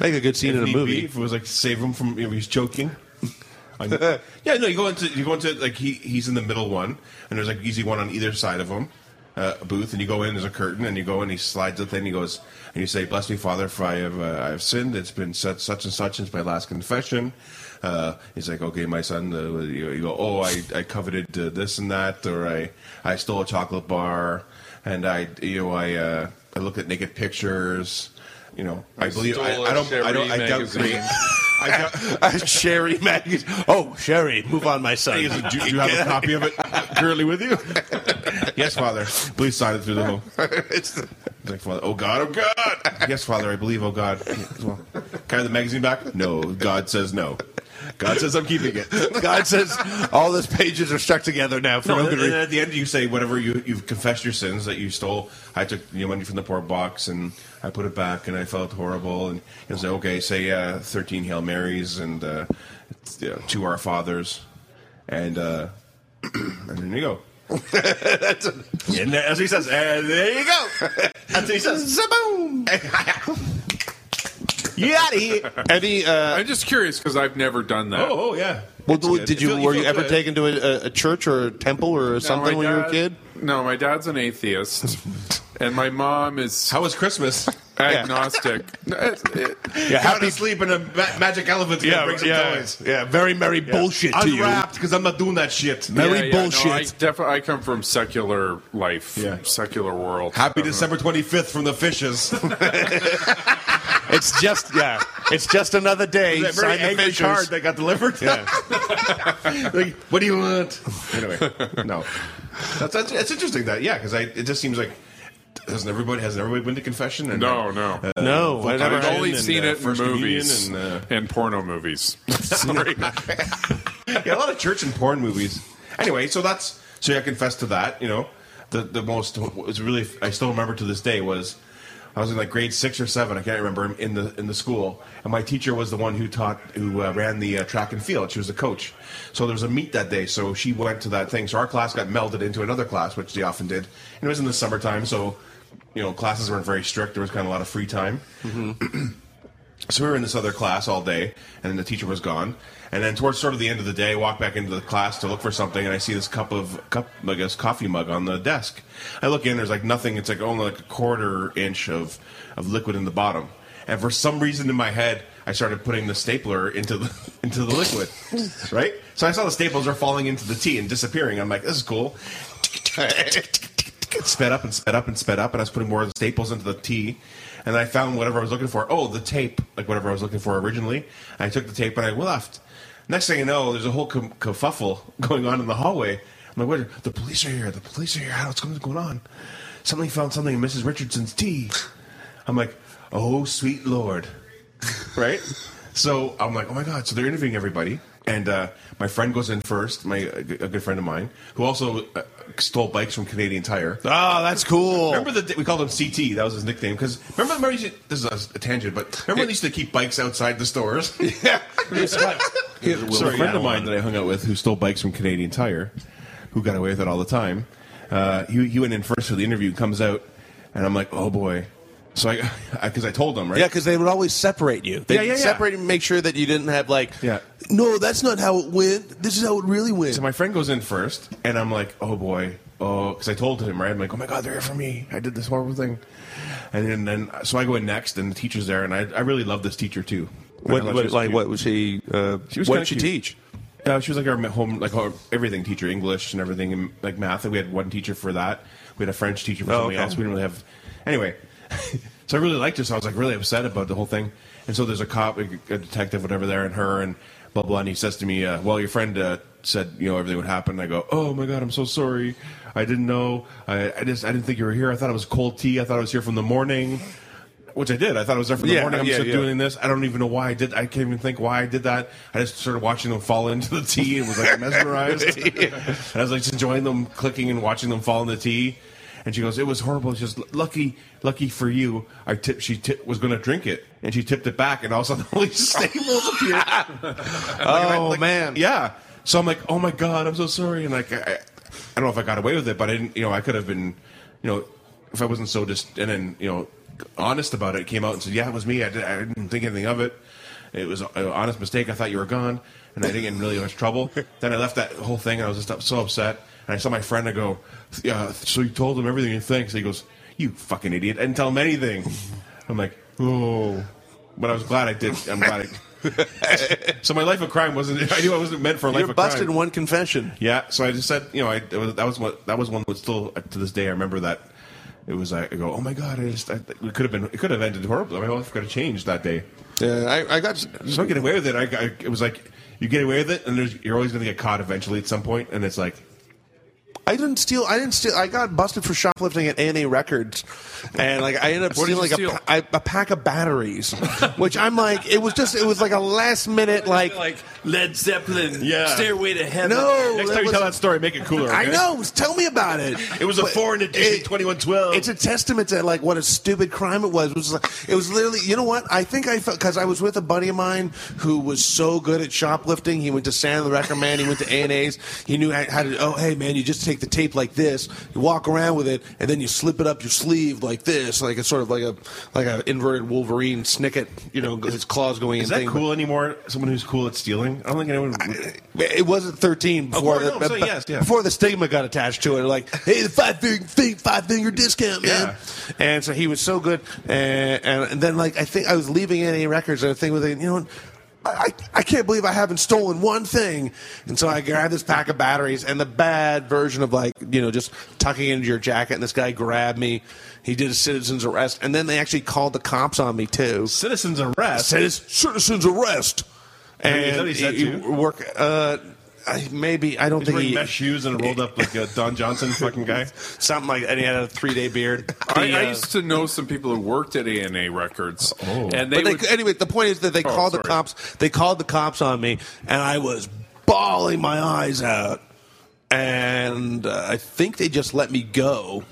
Make a good scene in a need be, movie. if it was like save him from if he's choking. On- yeah, no, you go into you go into like he he's in the middle one, and there's like usually one on either side of him, uh, a booth, and you go in there's a curtain, and you go in he slides the thing, he goes and you say, "Bless me, Father, for I have uh, I have sinned. It's been such such and such since my last confession." Uh, he's like, "Okay, my son," uh, you, you go, "Oh, I I coveted uh, this and that, or I I stole a chocolate bar, and I you know I uh, I looked at naked pictures." You know, I, believe I, stole I a don't. I don't. Sherry I doubt. magazine. I doubt Sherry magazine. Oh, Sherry, move on, my son. do, do you have a copy of it currently with you? yes, Father. Please sign it through the hole. it's like, Father, oh God, oh God. Yes, Father, I believe, oh God. Well, can I have the magazine back? No. God says no. God says I'm keeping it. God says all those pages are stuck together now for no, No, uh, good and reason. then at the end, you say whatever you you've confessed your sins that you stole. I took your money from the poor box and I put it back, and I felt horrible. And you say, okay, say uh, thirteen Hail Marys and uh, you know, two Our Fathers, and uh, and then you go. That's and as he says, and there you go. That's what he says. You out of here. Any? Uh, I'm just curious because I've never done that. Oh, oh yeah. well, That's did good. you feel- were you feel ever good. taken to a, a- a church or a temple or Now, something my when you were a dad- kid? No, my dad's an atheist, and my mom is How was Christmas? agnostic. Yeah, How to sleep in a ma- magic elephant that brings some toys. yeah. Very merry bullshit to you. Unwrapped because I'm not doing that shit. Merry no, bullshit. I, defi- I come from secular life, Yeah. secular world. Uh-huh. Uh-huh. Happy December 25th from the fishes. It's just yeah. It's just another day. that very Sign the angry fishes. card that got delivered. like, what do you want? Anyway, no. That's, that's, it's interesting that yeah, because I it just seems like doesn't everybody has everybody been to confession? And, uh, No, no. Uh, No, I never I've had only and, seen uh, it in First Communion movies and, and, uh, porno movies. yeah, a lot of church and porn movies. Anyway, so that's so I confess to that. You know, the the most what was really I still remember to this day was I was in like grade six or seven. I can't remember in the in the school, and my teacher was the one who taught who uh, ran the uh, track and field. She was the coach. So there was a meet that day. So she went to that thing. So our class got melded into another class, which they often did. And it was in the summertime, so you know classes weren't very strict. There was kind of a lot of free time. So we were in this other class all day, and then the teacher was gone. And then towards sort of the end of the day, I walk back into the class to look for something, and I see this cup of cup, I guess, coffee mug on the desk. I look in, there's like nothing. It's like only like a quarter inch of of liquid in the bottom. And for some reason in my head, I started putting the stapler into the into the liquid, right? So I saw the staples are falling into the tea and disappearing. I'm like, this is cool. it sped up and sped up and sped up, and I was putting more of the staples into the tea, and I found whatever I was looking for. Oh, the tape, like whatever I was looking for originally. I took the tape and I left. Next thing you know, there's a whole com- kerfuffle going on in the hallway. I'm like, what? The police are here. The police are here. How- What's going going on? Somebody found something in Mrs. Richardson's tea. I'm like, oh, sweet lord right? So I'm like, oh my god! So they're interviewing everybody, and uh, my friend goes in first. My a g- a good friend of mine who also uh, stole bikes from Canadian Tire. Oh, that's cool. Remember the we called him CT. That was his nickname because remember, remember he used to- this is a, a tangent, but remember when they used to keep bikes outside the stores. yeah, so a friend of mine that I hung out with who stole bikes from Canadian Tire, who got away with it all the time. Uh, he he went in first for the interview, comes out, and I'm like, oh boy. So I because I, told him right. Yeah, because they would always separate you. They Yeah, yeah, yeah. separate and make sure that you didn't have like. Yeah. No, that's not how it went. This is how it really went. So my friend goes in first, and I'm like, oh boy, oh, because I told him right. I'm like, oh my god, they're here for me. I did this horrible thing, and then, then so I go in next, and the teacher's there, and I, I really love this teacher too. What, I love- what- she was like cute. what was she? Uh, She was what kinda did she cute. teach? Uh, she was like our ma- home, like our everything teacher, English and everything, and like math. And we had one teacher for that. We had a French teacher for Oh, something okay. else. We didn't really have. Anyway, so I really liked her. So I was like really upset about the whole thing. And so there's a cop, a, a detective, whatever, there, and her, and blah blah. And he says to me, uh, "Well, your friend uh, said you know everything would happen." And I go, "Oh my god, I'm so sorry. I didn't know. I, I just I didn't think you were here. I thought it was cold tea. I thought I was here from the morning." Which I did. I thought I was there from the Yeah, morning. I'm yeah, still yeah. doing doing this. I don't even know why I did. I can't even think why I did that. I just started watching them fall into the tea and was like mesmerized. And I was like just enjoying them clicking and watching them fall in the tea. And she goes, "It was horrible. It's just lucky, lucky for you. I tipped. She ti was going to drink it, and she tipped it back, and all of a sudden all these staples appeared. oh man. Yeah. So I'm like, oh my god, I'm so sorry, and like, I, I I don't know if I got away with it, but I didn't. You know, I could have been, you know, if I wasn't so just and then you know, honest about it, came out and said, yeah, it was me. I, did, I didn't think anything of it. It was an honest mistake. I thought you were gone, and I didn't get in really much trouble. then I left that whole thing, and I was just up- so upset. And I saw my friend. I go, yeah. So you told him everything you think. So he goes, you fucking idiot. I didn't tell him anything. I'm like, oh. But I was glad I did. I'm glad. I, so my life of crime wasn't. I knew I wasn't meant for a life You're of busted crime. one confession. Yeah. So I just said, you know, I it was, that was what that was one that still uh, to this day I remember that. It was like I go, oh my god! I just I, it could have been it could have ended horribly. My life could have changed that day. Yeah, I, I got. So I get away with it. I, I it was like you get away with it, and there's, you're always going to get caught eventually at some point, and it's like I didn't steal. I didn't steal. I got busted for shoplifting at A Records, and like I ended up What did stealing like you a, pa- I- a pack of batteries, which I'm like, it was just, it was like a last minute like. Led Zeppelin, Yeah. Stairway to Heaven. No, next that time was- you tell that story, make it cooler. I okay? know. Tell me about it. It was a But foreign edition, it- 2112. It's a testament to like what a stupid crime it was. It was, like, it was literally, you know what? I think I felt because I was with a buddy of mine who was so good at shoplifting. He went to Sam the Record Man. He went to A and A's. He knew how how to. Oh, hey man, you just take the tape like this. You walk around with it, and then you slip it up your sleeve like this, like it's sort of like a like an inverted Wolverine snicket. You know, his claws going Is in. that thing. cool anymore? Someone who's cool at stealing? I don't think anyone. It wasn't 13 before, course, no, the, I'm saying yes, yeah. before the stigma got attached to it. Like, hey, the five finger, thing, five finger discount, man. And so he was so good. And, and, and then, like, I think I was leaving NA Records and I think, with it, you know, I, I I can't believe I haven't stolen one thing. And so I grabbed this pack of batteries and the bad version of, like, you know, just tucking it into your jacket. And this guy grabbed me. He did a citizen's arrest. And then they actually called the cops on me, too Citizens arrest. says citizen's arrest. And is that what he said to you? work. Uh, I- maybe I don't He's think wearing he mesh shoes and rolled up like a Don Johnson fucking guy. something like. And he had a three day beard. I, The, I uh, used to know some people who worked at A and A Records, and they, but they, would, anyway, the point is that they Oh, called the sorry. cops. They called the cops on me, and I was bawling my eyes out. And uh, I think they just let me go,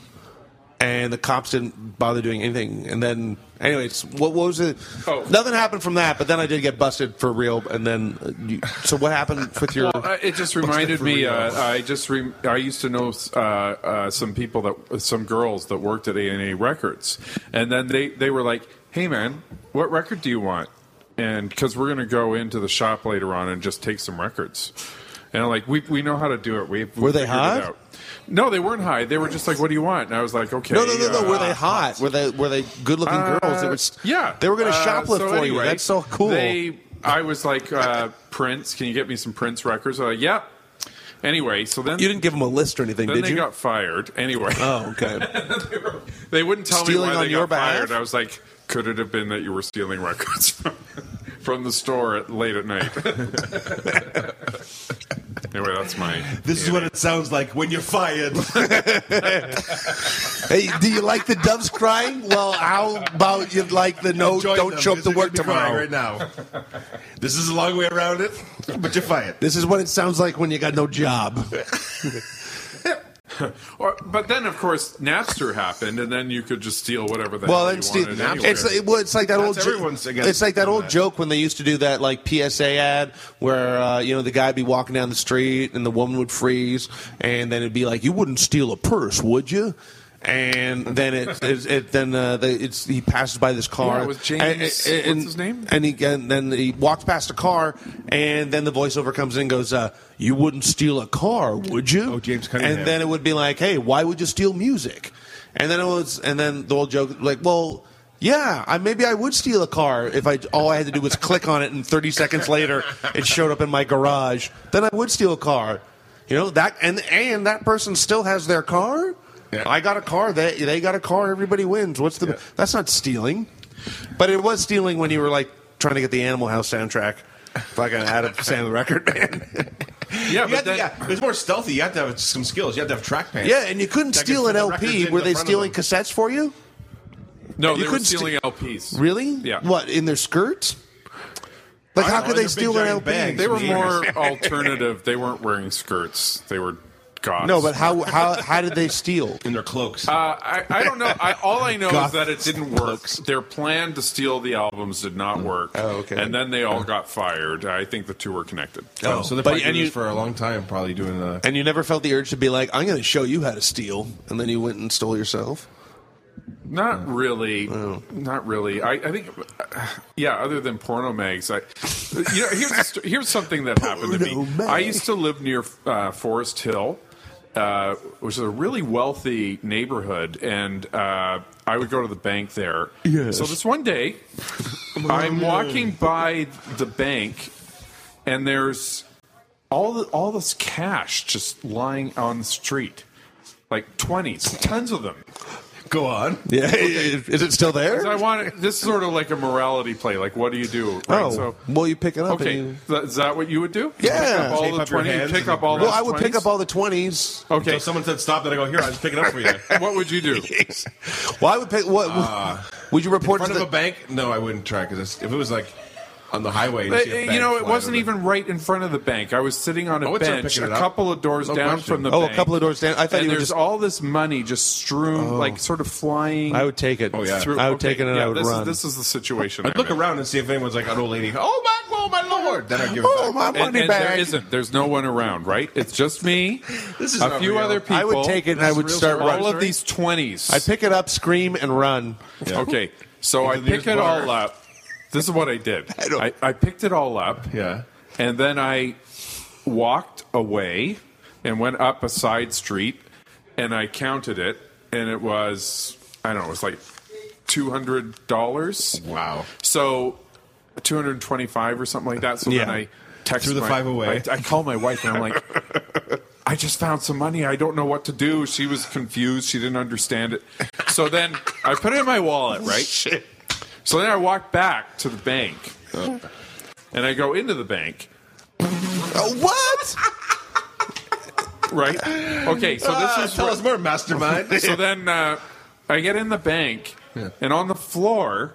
and the cops didn't bother doing anything. And then, anyways, what, what was it? Oh. Nothing happened from that. But then I did get busted for real. And then, uh, you, so what happened with your? Well, uh, it just reminded me. Uh, I just re- I used to know uh, uh, some people that some girls that worked at A and A Records, and then they they were like, "Hey man, what record do you want?" And because we're gonna go into the shop later on and just take some records, and like we we know how to do it. We we Were they figured it high? out. No, they weren't high. They were just like, "What do you want?" And I was like, "Okay." No, no, no, no. Were uh, they hot? Were they were they good looking girls? They were, s- yeah, They were going to Uh, shoplift so for you. anyway, That's so cool. They, I was like, uh, Prince, can you get me some Prince records? They're like, yep. Anyway, so then You didn't give them a list or anything, then did they you? got fired. Anyway, oh, okay. they, were- they wouldn't tell Stealing me why on they your got behalf? fired. I was like, could it have been that you were stealing records from, from the store at, late at night? anyway, that's my. This is what it sounds like when you're fired. hey, do you like the doves crying? Well, how about you like the no? Enjoy don't them, show up 'cause to you're gonna work be crying tomorrow. Right now, this is a long way around it, but you're fired. This is what it sounds like when you got no job. Or, but then, of course, Napster happened, and then you could just steal whatever the Well, hell you that's wanted. the, anyway. it's uh, like, well, it's like that old. That's jo- everyone's against it's like that doing old that. joke when they used to do that like PSA ad where uh, you know the guy'd be walking down the street and the woman would freeze, and then it'd be like, "You wouldn't steal a purse, would you?" And then it, it, it then uh, the, it's he passes by this car. Yeah, it was James- And, and- what's his name? And, he, and then he walks past a car, and then the voiceover comes in and goes, uh, "You wouldn't steal a car, would you?" Oh, James Cunningham. And then it would be like, "Hey, why would you steal music?" And then it was, and then the old joke, like, "Well, yeah, I, maybe I would steal a car if I all I had to do was click on it, and 30 seconds later, it showed up in my garage. Then I would steal a car, you know that, and and that person still has their car. Yeah. I got a car. They they got a car. Everybody wins. What's the? That's not stealing, but it was stealing when you were like trying to get the Animal House soundtrack. Fucking out of Sam Record Man. yeah, but You had to, then, yeah, it's more stealthy. You have to have some skills. You have to have track pants. Yeah, and you couldn't That could steal fit an the records LP. in Were the they front of stealing them. cassettes for you? no, you they were couldn't steal- stealing LPs. Really? Yeah. What in their skirts? Like I how could don't know, they they're steal big an giant LP? bags. They were Yeah. more alternative. They weren't wearing skirts. They were goths. No, but how how how did they steal? in their cloaks. Uh, I, I don't know. I, all I know Goth is that it didn't work. Their plan to steal the albums did not work. Oh, okay. And then they all got fired. I think the two were connected. oh, so they're but- probably and doing you- this for a long time, probably doing uh, the. And you never felt the urge to be like, I'm going to show you how to steal, and then you went and stole yourself. Not really. Not really. I, I think, yeah, other than porno mags, I, you know, here's, a st- here's something that happened to me. Porno mag. I used to live near uh, Forest Hill, uh, which is a really wealthy neighborhood, and uh, I would go to the bank there. Yes. So this one day, I'm walking by the bank, and there's all the, all this cash just lying on the street, like twenties, tons of them. Go on. Yeah, is it still there? I want it- this is sort of like a morality play. Like, what do you do? Right? oh, so well, you pick it up. okay, and you- Th- is that what you would do? Yeah. pick up all Tape the up your twenty. hands Pick and- up all. well, those I would pick 20s? up all the twenties. Okay. So someone said stop, then I go here. I was picking up for you. In what would you do? Well, I would pick. What would you report front to of the a bank? No, I wouldn't try because if it was like on the highway, and Uh, see a you bank know, it fly wasn't over. even right in front of the bank. I was sitting on a Oh, it's not bench, picking a it up. couple of doors No down question. from the Oh, a bank. couple of doors down. I thought and you were there's just- Oh. all this money just strewn, like sort of flying. I would take it. Oh, yeah. through. I would Okay, take it and yeah, I would this run. Is, this is the situation. I'd I'm look in. around and see if anyone's like an old lady. Oh my, oh my lord! Then I give. It oh back. my And, money and there bag! isn't. There's no one around, right? It's just me, This is a not few real. other people. I would take it and I would start all running. of these twenties. I pick it up, scream, and run. Okay, so I Into the pick it newswire. all up. This is what I did. I don't- I, I picked it all up. Yeah. And then I walked away and went up a side street and I counted it and it was I don't know, it was like two hundred dollars. Wow. So two hundred and twenty five or something like that. So then Yeah. I text Threw the my- five away. I, I call my wife and I'm like I just found some money. I don't know what to do. She was confused. She didn't understand it. So then I put it in my wallet, right? Shit. So then I walked back to the bank. And I go into the bank. Uh, Oh, what? right? Okay, so this Ah, is tell us more, mastermind. so then uh, I get in the bank, and on the floor,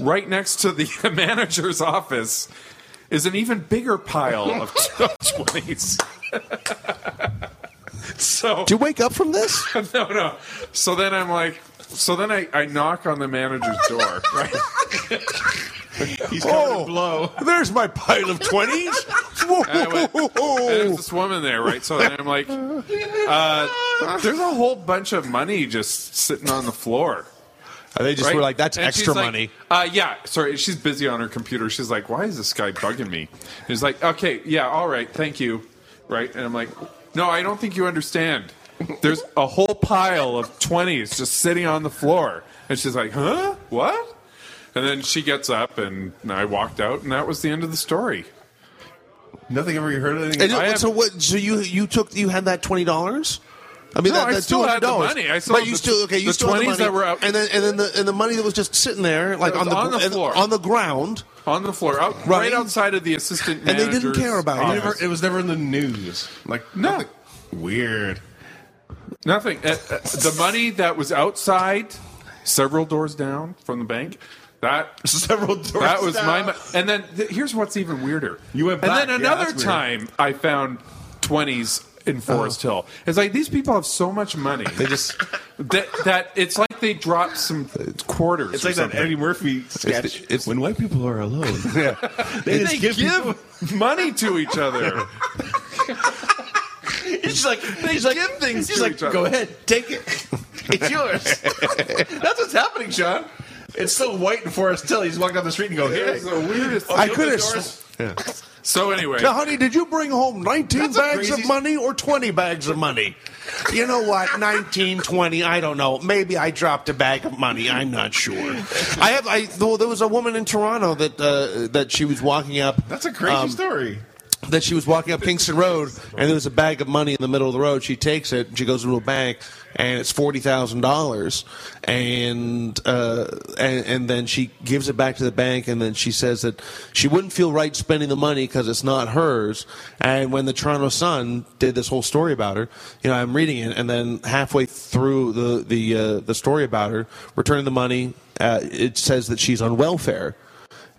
right next to the manager's office, is an even bigger pile of twenties. so Did you wake up from this? no, no. So then I'm like, so then I, I knock on the manager's door, right? He's covered in Oh. blow. There's my pile of twenties. And I went- and there's this woman there, right? So then I'm like, uh, there's a whole bunch of money just sitting on the floor. They just right? were like, "That's And she's extra like, money." Uh, yeah, sorry, she's busy on her computer. She's like, why is this guy bugging me? And he's like, okay, yeah, all right, thank you. Right? And I'm like, no, I don't think you understand. There's a whole pile of 20s just sitting on the floor. And she's like, huh? What? And then she gets up and I walked out, and that was the end of the story. Nothing ever you heard of anything. And I have- so what? So you you took you had that twenty dollars. I mean, No, that, I that still had the $200. money. I still but had you the- still okay. You the still had the 20s money, that were out- and then and then the and the money that was just sitting there, like That on was the on the and- floor. on the ground. on the floor, out, right. Right. outside of the assistant. And they didn't manager's care about it. You office. never- it was never in the news. Like No. nothing. Weird. Nothing. Uh, uh, the money that was outside, several doors down from the bank. That Several doors. that was my. down. mo- And then th- here's what's even weirder. You went back. And then Yeah, another that's weird. time, Oh. I found twenties in Forest Hill. It's like these people have so much money. They just that that it's like they dropped some quarters. It's or like that something. Eddie Murphy sketch. it's- when white people are alone, they just They give. people- give money to each other. It's just like they just like, give things. Just to like each other. go ahead, take it. It's yours. That's what's happening, Sean. It's so white in Forest Hill. You just walk down the street and go, "Here." It's the weirdest. I could have- So anyway, Now, honey, did you bring home 19 That's a bags crazy- of money or 20 bags of money? You know what? 19, 20, I don't know. Maybe I dropped a bag of money. I'm not sure. I have. I though there was a woman in Toronto that uh, that she was walking up. That's a crazy um, story. That she was walking up Kingston Road, and there was a bag of money in the middle of the road. She takes it. and She goes into a bank, and it's forty thousand dollars. And uh, and and then she gives it back to the bank, and then she says that she wouldn't feel right spending the money because it's not hers. And when the Toronto Sun did this whole story about her, you know, I'm reading it, and then halfway through the the uh, the story about her returning the money, uh, it says that she's on welfare.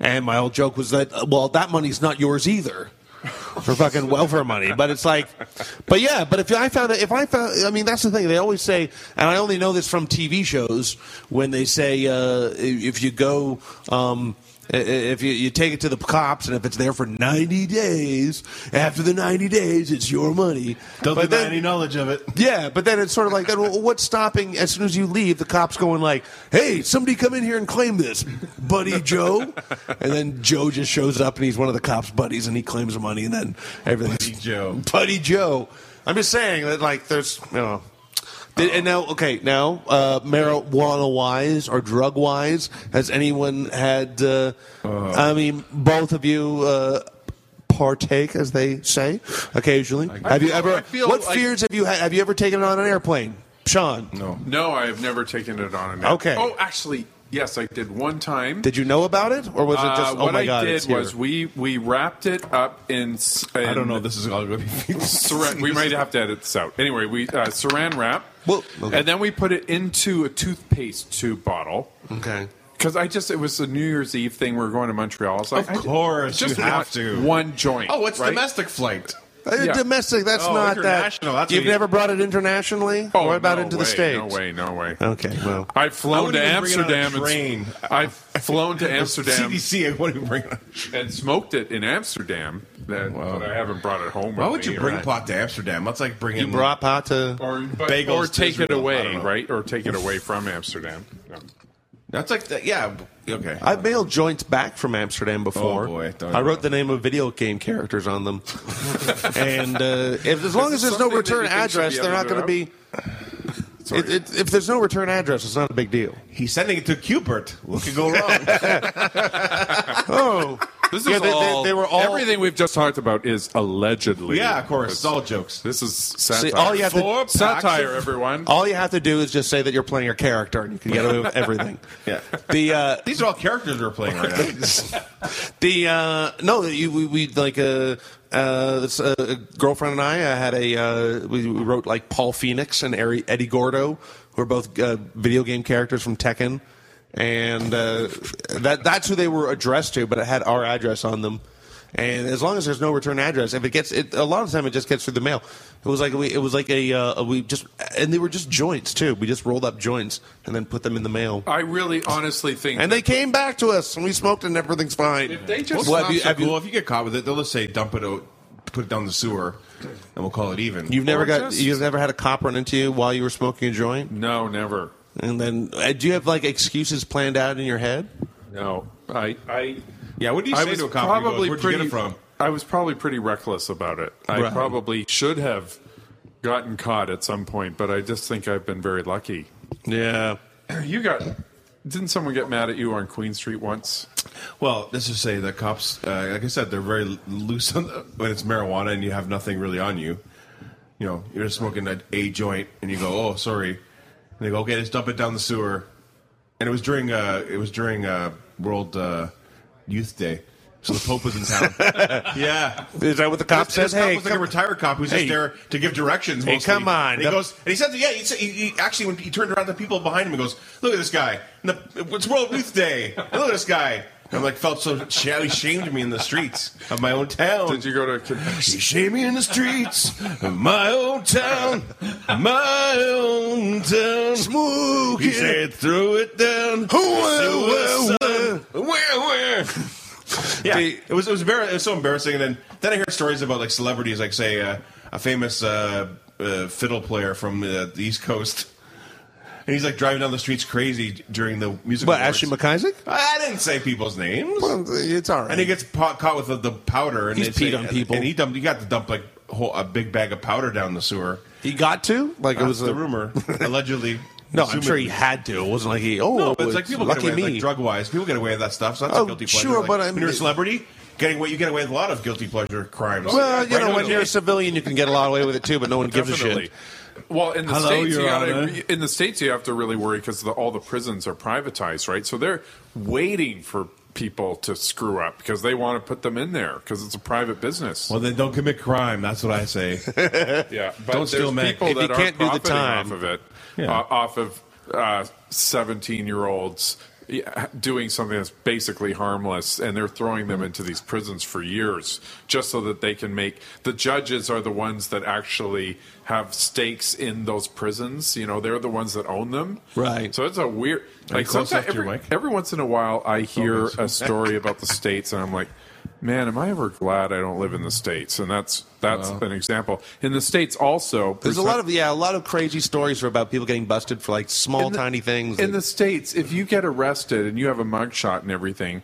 And my old joke was that, uh, well, that money's not yours either for fucking welfare money. But it's like, but yeah, but if I found that, if I found, I mean, that's the thing. They always say, and I only know this from TV shows when they say, uh, if you go, um, i- i- if you, you take it to the cops and if it's there for 90 days, after the 90 days, it's your money. Don't But deny then- any knowledge of it. yeah, but then it's sort of like, well, what's stopping as soon as you leave? The cops going like, "Hey, somebody come in here and claim this, buddy Joe," and then Joe just shows up and he's one of the cops' buddies and he claims the money and then everything. Buddy Joe. buddy Joe. I'm just saying that like there's you know. Did, and now, okay, now uh, marijuana wise or drug wise, has anyone had? Uh, Uh-huh. I mean, both of you uh, partake, as they say, occasionally. Have you ever? I feel what like- fears have you had? Have you ever taken it on an airplane, Sean? No. no, I have never taken it on. An Okay. Oh, actually, yes, I did one time. Did you know about it, or was it Uh, just? oh what my I God! it's did here. was we we wrapped it up in. s- I don't in know. This is all good. Saran, we might have to edit this out. Anyway, we uh, saran wrap, Well, okay. and then we put it into a toothpaste tube bottle. okay. Because I just it was a New Year's Eve thing. We were going to Montreal. It's like, Of course, just you want have to. one joint. Oh, it's right? domestic flight. Uh, Yeah. Domestic. That's Oh, not international, that. that's You've what you- never brought it internationally. Oh, or about no into way, the states. No way, no way. Okay. Well. I've I flown wouldn't to even bring it on a Amsterdam. train. And, s- I've flown to Amsterdam CDC. I wouldn't even bring it. and smoked it in Amsterdam, that, Wow. but I haven't brought it home. Why with would me, you bring right? pot to Amsterdam? That's like bringing. You brought pot to. or, but- bagels or to take it Israel? I don't away, know. right? Or take it away from Amsterdam. No. That's like the, yeah. Okay. I've mailed joints back from Amsterdam before. Oh, boy. Don't I know. wrote the name of video game characters on them, and uh, if, as long it as there's no something that return you think should address, be they're not going to edited be. It, it, if there's no return address, it's not a big deal. He's sending it to Cubert. What could go wrong? Oh, This is Yeah, they- they- all. they were all- Everything we've just talked about is allegedly. yeah, of course. It's all jokes. This is satire. See, all you have to- Four satire, everyone. all you have to do is just say that you're playing a character, and you can get away with everything. Yeah. The uh, These are all characters we're playing right now. The uh, no, you, we, we like uh, uh, this, uh, girlfriend and I uh, had a uh, we, we wrote like Paul Phoenix and Ari, Eddie Gordo, who are both uh, video game characters from Tekken, and uh, that that's who they were addressed to, but it had our address on them. And as long as there's no return address, if it gets, it, a lot of the time it just gets through the mail. It was like we, it was like a uh, we just, and they were just joints too. We just rolled up joints and then put them in the mail. I really, honestly think. And they came back to us, and we smoked, and everything's fine. If they just Well, Cops have you- are have you- cool. if you get caught with it, they'll just say dump it out, put it down the sewer, and we'll call it even. You've never Or got just- you've never had a cop run into you while you were smoking a joint, no, never. and then uh, do you have like excuses planned out in your head? No, I. I yeah, what do you I say was to a cop? when he probably goes, Where'd pretty. you get it from? I was probably pretty reckless about it. I Right. probably should have gotten caught at some point, but I just think I've been very lucky. Yeah, You got Didn't someone get mad at you on Queen Street once? Well, let's just say the cops, uh, like I said, they're very loose on the, when it's marijuana and you have nothing really on you. You know, you're just smoking a, a joint and you go, "Oh, sorry," and they go, "Okay, let's dump it down the sewer." And it was during uh, it was during uh, World uh, Youth Day, so the Pope was in town. yeah, Is that what the cop This- says? This cop Hey, was like a come- retired cop who's Hey. just there to give directions. Mostly. come on. And he goes, and he said, "Yeah." He, said, he, he actually, when he turned around, the people behind him and goes, "Look at this guy. And the, it's World Youth Day. And look at this guy." I'm like, felt so how he shamed me in the streets of my own town. Did you go to a convention? She shamed me in the streets of my own town, my own town. Smoke he said, throw it down. uh, Suicide. Where, where? Yeah, it was it was, embar- it was so embarrassing. And then then I hear stories about like celebrities, like say uh, a famous uh, uh, fiddle player from uh, the East Coast, and he's like driving down the streets crazy during the music. What, awards. Ashley McIsaac? I didn't say people's names. It's all right. And he gets pa- caught with the, the powder, and He's they say- peed on people. And he dumped. He got to dump like whole, a big bag of powder down the sewer. He got to? Like That's it was the a, rumor, allegedly. No, I'm sure Assumedly. he had to. It wasn't like he. Oh, No, it but was it's like people get lucky away, me. like drug wise, people get away with that stuff. So that's Oh, a guilty pleasure. sure, Like, but I when you're a mean- celebrity, getting away, you get away with a lot of guilty pleasure crimes. well, you Right know, now, when you're a civilian, you can get a lot away with it too, but no one gives a Definitely. shit. Well, in the Hello, states, you Your gotta, Honor. in the states you have to really worry because all the prisons are privatized, right? So they're waiting for people to screw up because they want to put them in there because it's a private business. well, then don't commit crime. That's what I say. yeah, but don't steal there's Mac. people If that you are can't do the profiting time- off of it, Yeah. uh, off of uh, seventeen-year-olds. Doing something that's basically harmless, and they're throwing them into these prisons for years just so that they can make the judges are the ones that actually have stakes in those prisons. You know, they're the ones that own them, Right. So it's a weird, you like close sometimes enough to your every, mic? every once in a while I hear Always. a story about the states, and I'm like, man, am I ever glad I don't live in the states? And that's that's an example. In the states, also, There's a lot of yeah, a lot of crazy stories about people getting busted for like small, In the- tiny things. in that- the states. If you get arrested and you have a mugshot and everything.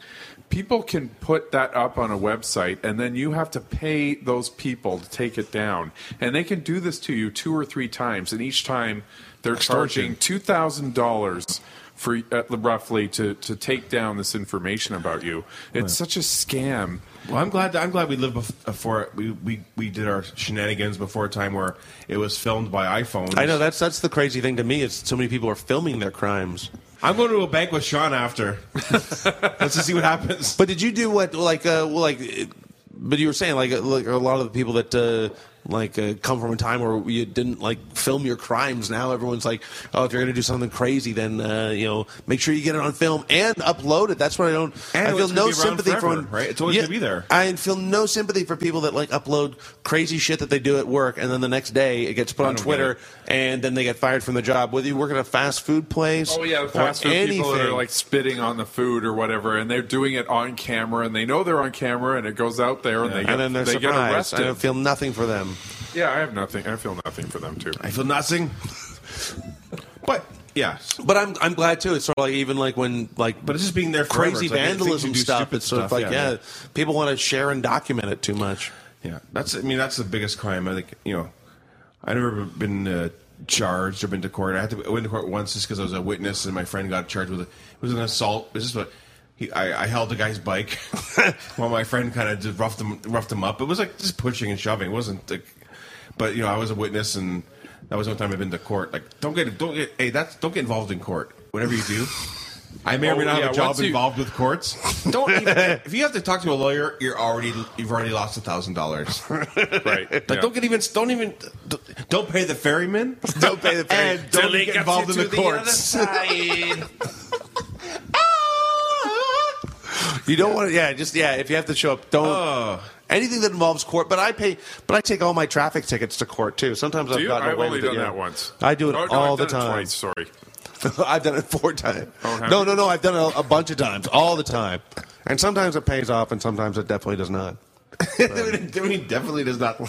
People can put that up on a website, and then you have to pay those people to take it down. And they can do this to you two or three times, and each time they're charging two thousand dollars for uh, roughly to to take down this information about you. It's such a scam. Well, I'm glad. I'm glad we lived bef- before we, we we did our shenanigans before a time where it was filmed by iPhones. I know that's that's the crazy thing to me is so many people are filming their crimes. I'm going to a bank with Sean after. Let's just see what happens. But did you do what like uh well, like uh, but you were saying like, uh, like a lot of the people that uh like uh, come from a time where you didn't like film your crimes now everyone's like oh if you're gonna do something crazy then uh, you know make sure you get it on film and upload it that's what i don't And i it's feel gonna no be around sympathy for forever, right? It's always gonna be there. i feel no sympathy for people that like upload crazy shit that they do at work and then the next day it gets put on don't get twitter and then they get fired from the job whether you work at a fast food place Oh yeah, the or fast food people that are anything. like spitting on the food or whatever, and they're doing it on camera, and they know they're on camera, and it goes out there, and they get, and then they're they get surprised. arrested. I don't feel nothing for them. yeah, I have nothing. I feel nothing for them too. I feel nothing. but yeah, But I'm I'm glad too. It's sort of like even like when like but it's just being there. Forever. crazy It's like things vandalism you do stuff. stupid It's sort of like yeah, people want to share and document it too much. Yeah, that's. I mean, that's the biggest crime. I think you know. I've never been uh, charged or been to court. I had to I went to court once just because I was a witness, and my friend got charged with it. It was an assault. It was just what he. I, I held the guy's bike while my friend kind of just roughed him roughed him up. It was like just pushing and shoving. It wasn't like, but you know, I was a witness, and that was the only time I've been to court. Like, don't get don't get hey, that's don't get involved in court. Whatever you do. I may or may Oh, not yeah, have a job once you- involved with courts. Don't even, if you have to talk to a lawyer, you're already you've already lost a thousand dollars. Right? Like, don't get even. Don't even. Don't pay the ferryman. Don't pay the And don't get involved in the courts. You don't want to. Yeah, just yeah. If you have to show up, don't. Oh. Anything that involves court, but I pay, but I take all my traffic tickets to court too. Sometimes I've Do you? gotten I've away only with done it, yeah. that once. I do it Oh, no, all I've the done it time. twice, sorry. I've done it four times. Oh, have no, you? no, no. I've done it a, a bunch of times, all the time, and sometimes it pays off, and sometimes it definitely does not. he definitely does not. Why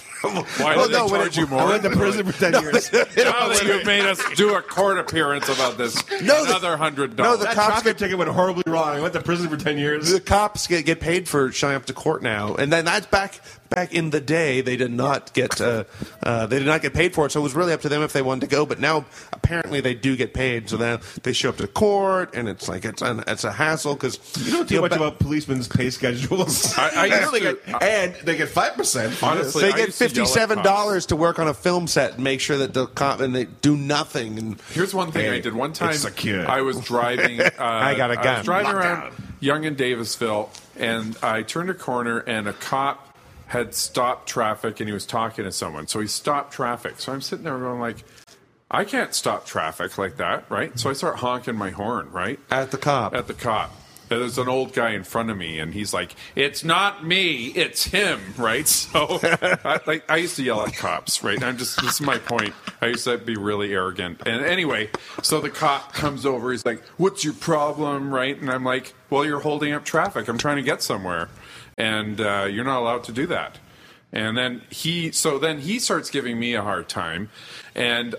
Well, did Oh, no, they when charge it- you more? I went to prison for ten years. Now that you've made us do a court appearance about this, No, the- another hundred no, dollars. the That cops traffic get- ticket went horribly wrong. I went to prison for ten years. the cops get, get paid for showing up to court now, and then that's back back in the day, they did not get uh, uh, they did not get paid for it, so it was really up to them if they wanted to go. But now apparently they do get paid, so then they show up to court, and it's like it's an, it's a hassle because You don't too much about policemen's pay schedules. I- I used And they to- get- and they get five percent. Honestly, they I get used to yell at fifty-seven dollars cops. to work on a film set and make sure that the cop and they do nothing. And Here's one thing Hey, I did one time. it's secure. I was driving. Uh, I got a I gun. was driving Lockdown. around Young and Davisville, and I turned a corner, and a cop had stopped traffic, and he was talking to someone. So he stopped traffic. So I'm sitting there going like, I can't stop traffic like that, right? So I start honking my horn, right? at the cop, at the cop. And There's an old guy in front of me, and he's like, "It's not me, it's him." Right? So, I, like, I used to yell at cops. Right? I'm just this is my point. I used to be really arrogant. And anyway, so the cop comes over. He's like, "What's your problem?" Right? And I'm like, "Well, you're holding up traffic. I'm trying to get somewhere, and uh, you're not allowed to do that." And then he, so then he starts giving me a hard time, and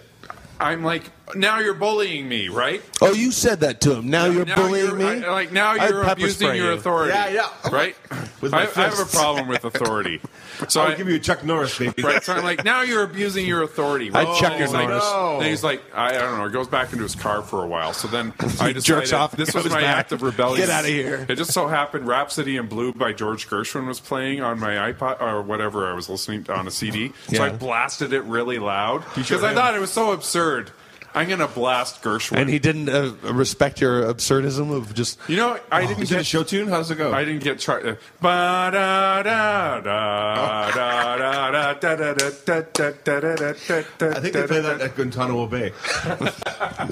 I'm like, "Now you're bullying me, right?" oh, you said that to him. Now you're Now bullying you're- me. I- like now I'd you're pepper abusing spray your you. authority. Yeah, yeah. Oh, Right. With I, my I have a fists. problem with authority. So I'll I, give you a Chuck Norris, baby. right. So I'm like, now you're abusing your authority. I Right? check your He's like, Norris. no. Then he's like, I, I don't know. He goes back into his car for a while. So then I decided jerks off and this was goes my back. act of rebellion. Get outta here. It just so happened Rhapsody in Blue by George Gershwin was playing on my iPod or whatever I was listening to on a CD. So I Yeah. blasted it really loud because I thought it was so absurd. I'm gonna blast Gershwin. And he didn't uh, respect your absurdism of just you know, Oh, I didn't Is it a get show tune? How does it go? I didn't get chart. Uh, ba da da da da da da da da da da da da da da da da. I think they da, play da, that at Guantanamo Bay. da.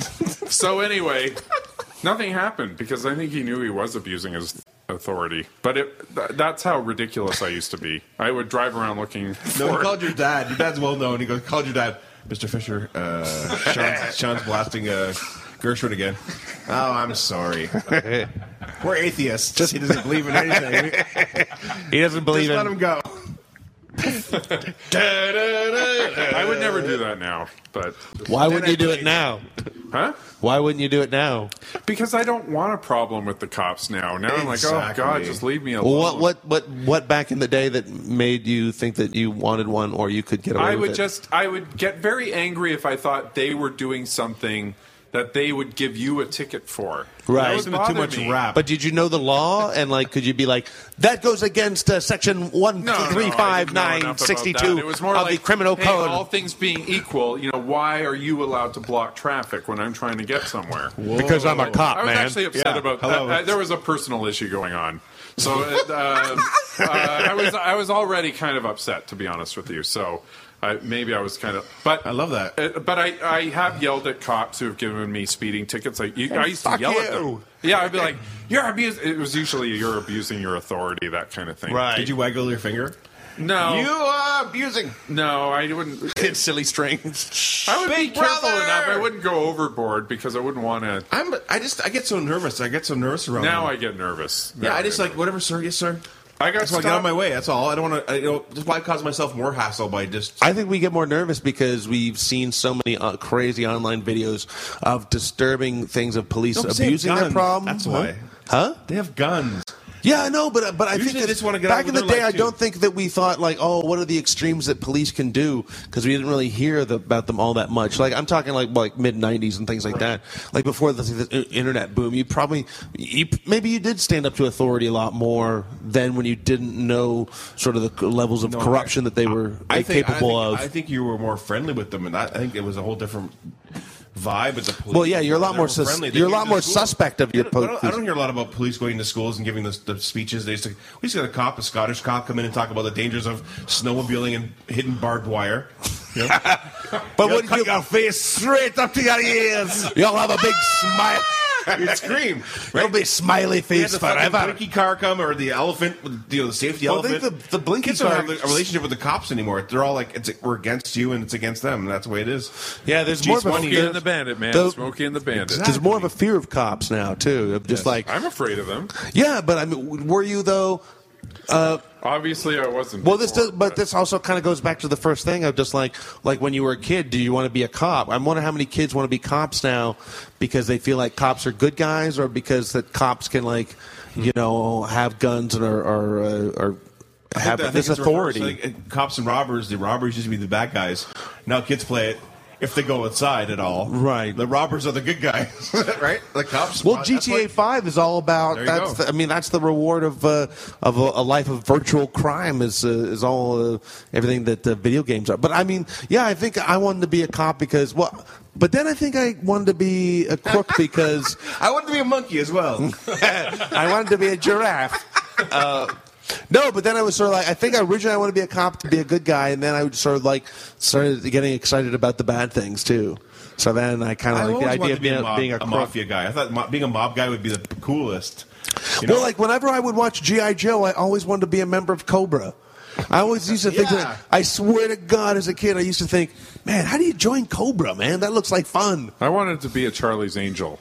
So anyway, nothing happened because I think he knew he was abusing his authority. But it, th- that's how ridiculous I used to be. I would drive around looking. No, he For called your dad. Your dad's well known. He goes, called your dad, Mr. Fisher. Uh, Sean's, Sean's blasting uh, Gershwin again. Oh, I'm sorry. We're atheists. Just he doesn't believe in anything. We- he doesn't believe Just let in. him go. I would never do that now. But Why wouldn't you do it now? huh? Why wouldn't you do it now? Because I don't want a problem with the cops now. Now I'm like, oh god, Exactly. just leave me alone. Well, what what what what back in the day that made you think that you wanted one or you could get away I with would it? just I would get very angry if I thought they were doing something that they would give you a ticket for. Right. That would Listen to too bother much me. rap. But did you know the law? And like, could you be like, that goes against uh, section one No, three no, I five didn't know nine enough about sixty that. two It of was more the like, criminal hey, code? All things being equal, you know, why are you allowed to block traffic when I'm trying to get somewhere? Because I'm a cop, I was man. actually upset Yeah, about hello. that. I- there was a personal issue going on, so uh, uh, I was I was already kind of upset to be honest with you. So I, maybe I was kind of, but I love that. Uh, but I, I have yelled at cops who have given me speeding tickets. Like you, I used to fuck yell at you. them. Yeah, I'd be like, "You're abusing." It was usually you're abusing your authority, that kind of thing. Did you waggle your finger? No, You are abusing. no, I wouldn't. Kids, silly strings. I would be Big careful brother! enough. I wouldn't go overboard because I wouldn't want to. I'm. I just. I get so nervous. I get so nervous around. Now them. I get nervous. Um, Yeah, Now I just get like whatever, sir. Yes, sir. I got That's why I get out stopped. of my way. That's all. I don't want to. You know, just why cause myself more hassle by just. I think we get more nervous because we've seen so many uh, crazy online videos of disturbing things of police Don't say abusing their guns. problem. That's Huh? why. huh? They have guns. Yeah, I know, but but I think Usually they that- just wanna get back out in with the their day, I life, too. don't think that we thought like, oh, what are the extremes that police can do? Because we didn't really hear the, about them all that much. Like I'm talking like like mid '90s and things like that. Like before the, the i- internet boom, you probably you, maybe you did stand up to authority a lot more than when you didn't know sort of the levels of corruption that they were like, capable I think, of. I think you were more friendly with them, and I, I think it was a whole different vibe with the police. well, yeah, you're a lot They more were sus- friendly. They you're a came lot to more school. suspect of your I don't- I, don't, I police. don't hear a lot about police going to schools and giving the, the speeches. They used to, we used to get a cop, a Scottish cop, come in and talk about the dangers of snowmobiling and hitting barbed wire. You know? But what cut you, your face straight up to your ears. you'll have a big smile. You'd scream. It'll be smiley We had face the fucking forever. blinky car come or the elephant, you know, the safety Well, I elephant. think the- the blinky Kids don't car- have a relationship with the cops anymore. They're all like, it's, we're against you and it's against them. And that's the way it is. Yeah, there's Gee, more of a Smokey fear. and the Bandit, man. the- Smokey and the Bandit. There's more of a fear of cops now too. Of just like, I'm afraid of them. yeah, but I mean, w- were you though? Obviously, I wasn't. Well, this before, does, but this also kind of goes back to the first thing of just like, like when you were a kid, do you want to be a cop? I wonder how many kids want to be cops now because they feel like cops are good guys, or because that cops can like, you know, have guns and are are, uh, are have I think this it's reversed. authority. I think, uh, cops and robbers, the robbers used to be the bad guys. Now kids play it if they go outside at all. Right. The robbers are the good guys, right? The cops. Well, that's GTA like- Five is all about There you that's. go. The, I mean, that's the reward of uh, of a, a life of virtual crime is uh, is all uh, everything that uh, video games are. But I mean, yeah, I think I wanted to be a cop because well, but then I think I wanted to be a crook because I wanted to be a monkey as well. I wanted to be a giraffe. Uh, no, but then I was sort of like, I think originally I wanted to be a cop to be a good guy, and then I sort of like started getting excited about the bad things too. So then I kind I of like always the idea wanted of to be being a, a, mob, being a a crook. mafia guy. I thought mo- being a mob guy would be the coolest. You well, know? like whenever I would watch GI Joe, I always wanted to be a member of Cobra. I always used to think Yeah. that. I swear to God, as a kid, I used to think, man, how do you join Cobra? Man, that looks like fun. I wanted to be a Charlie's Angel.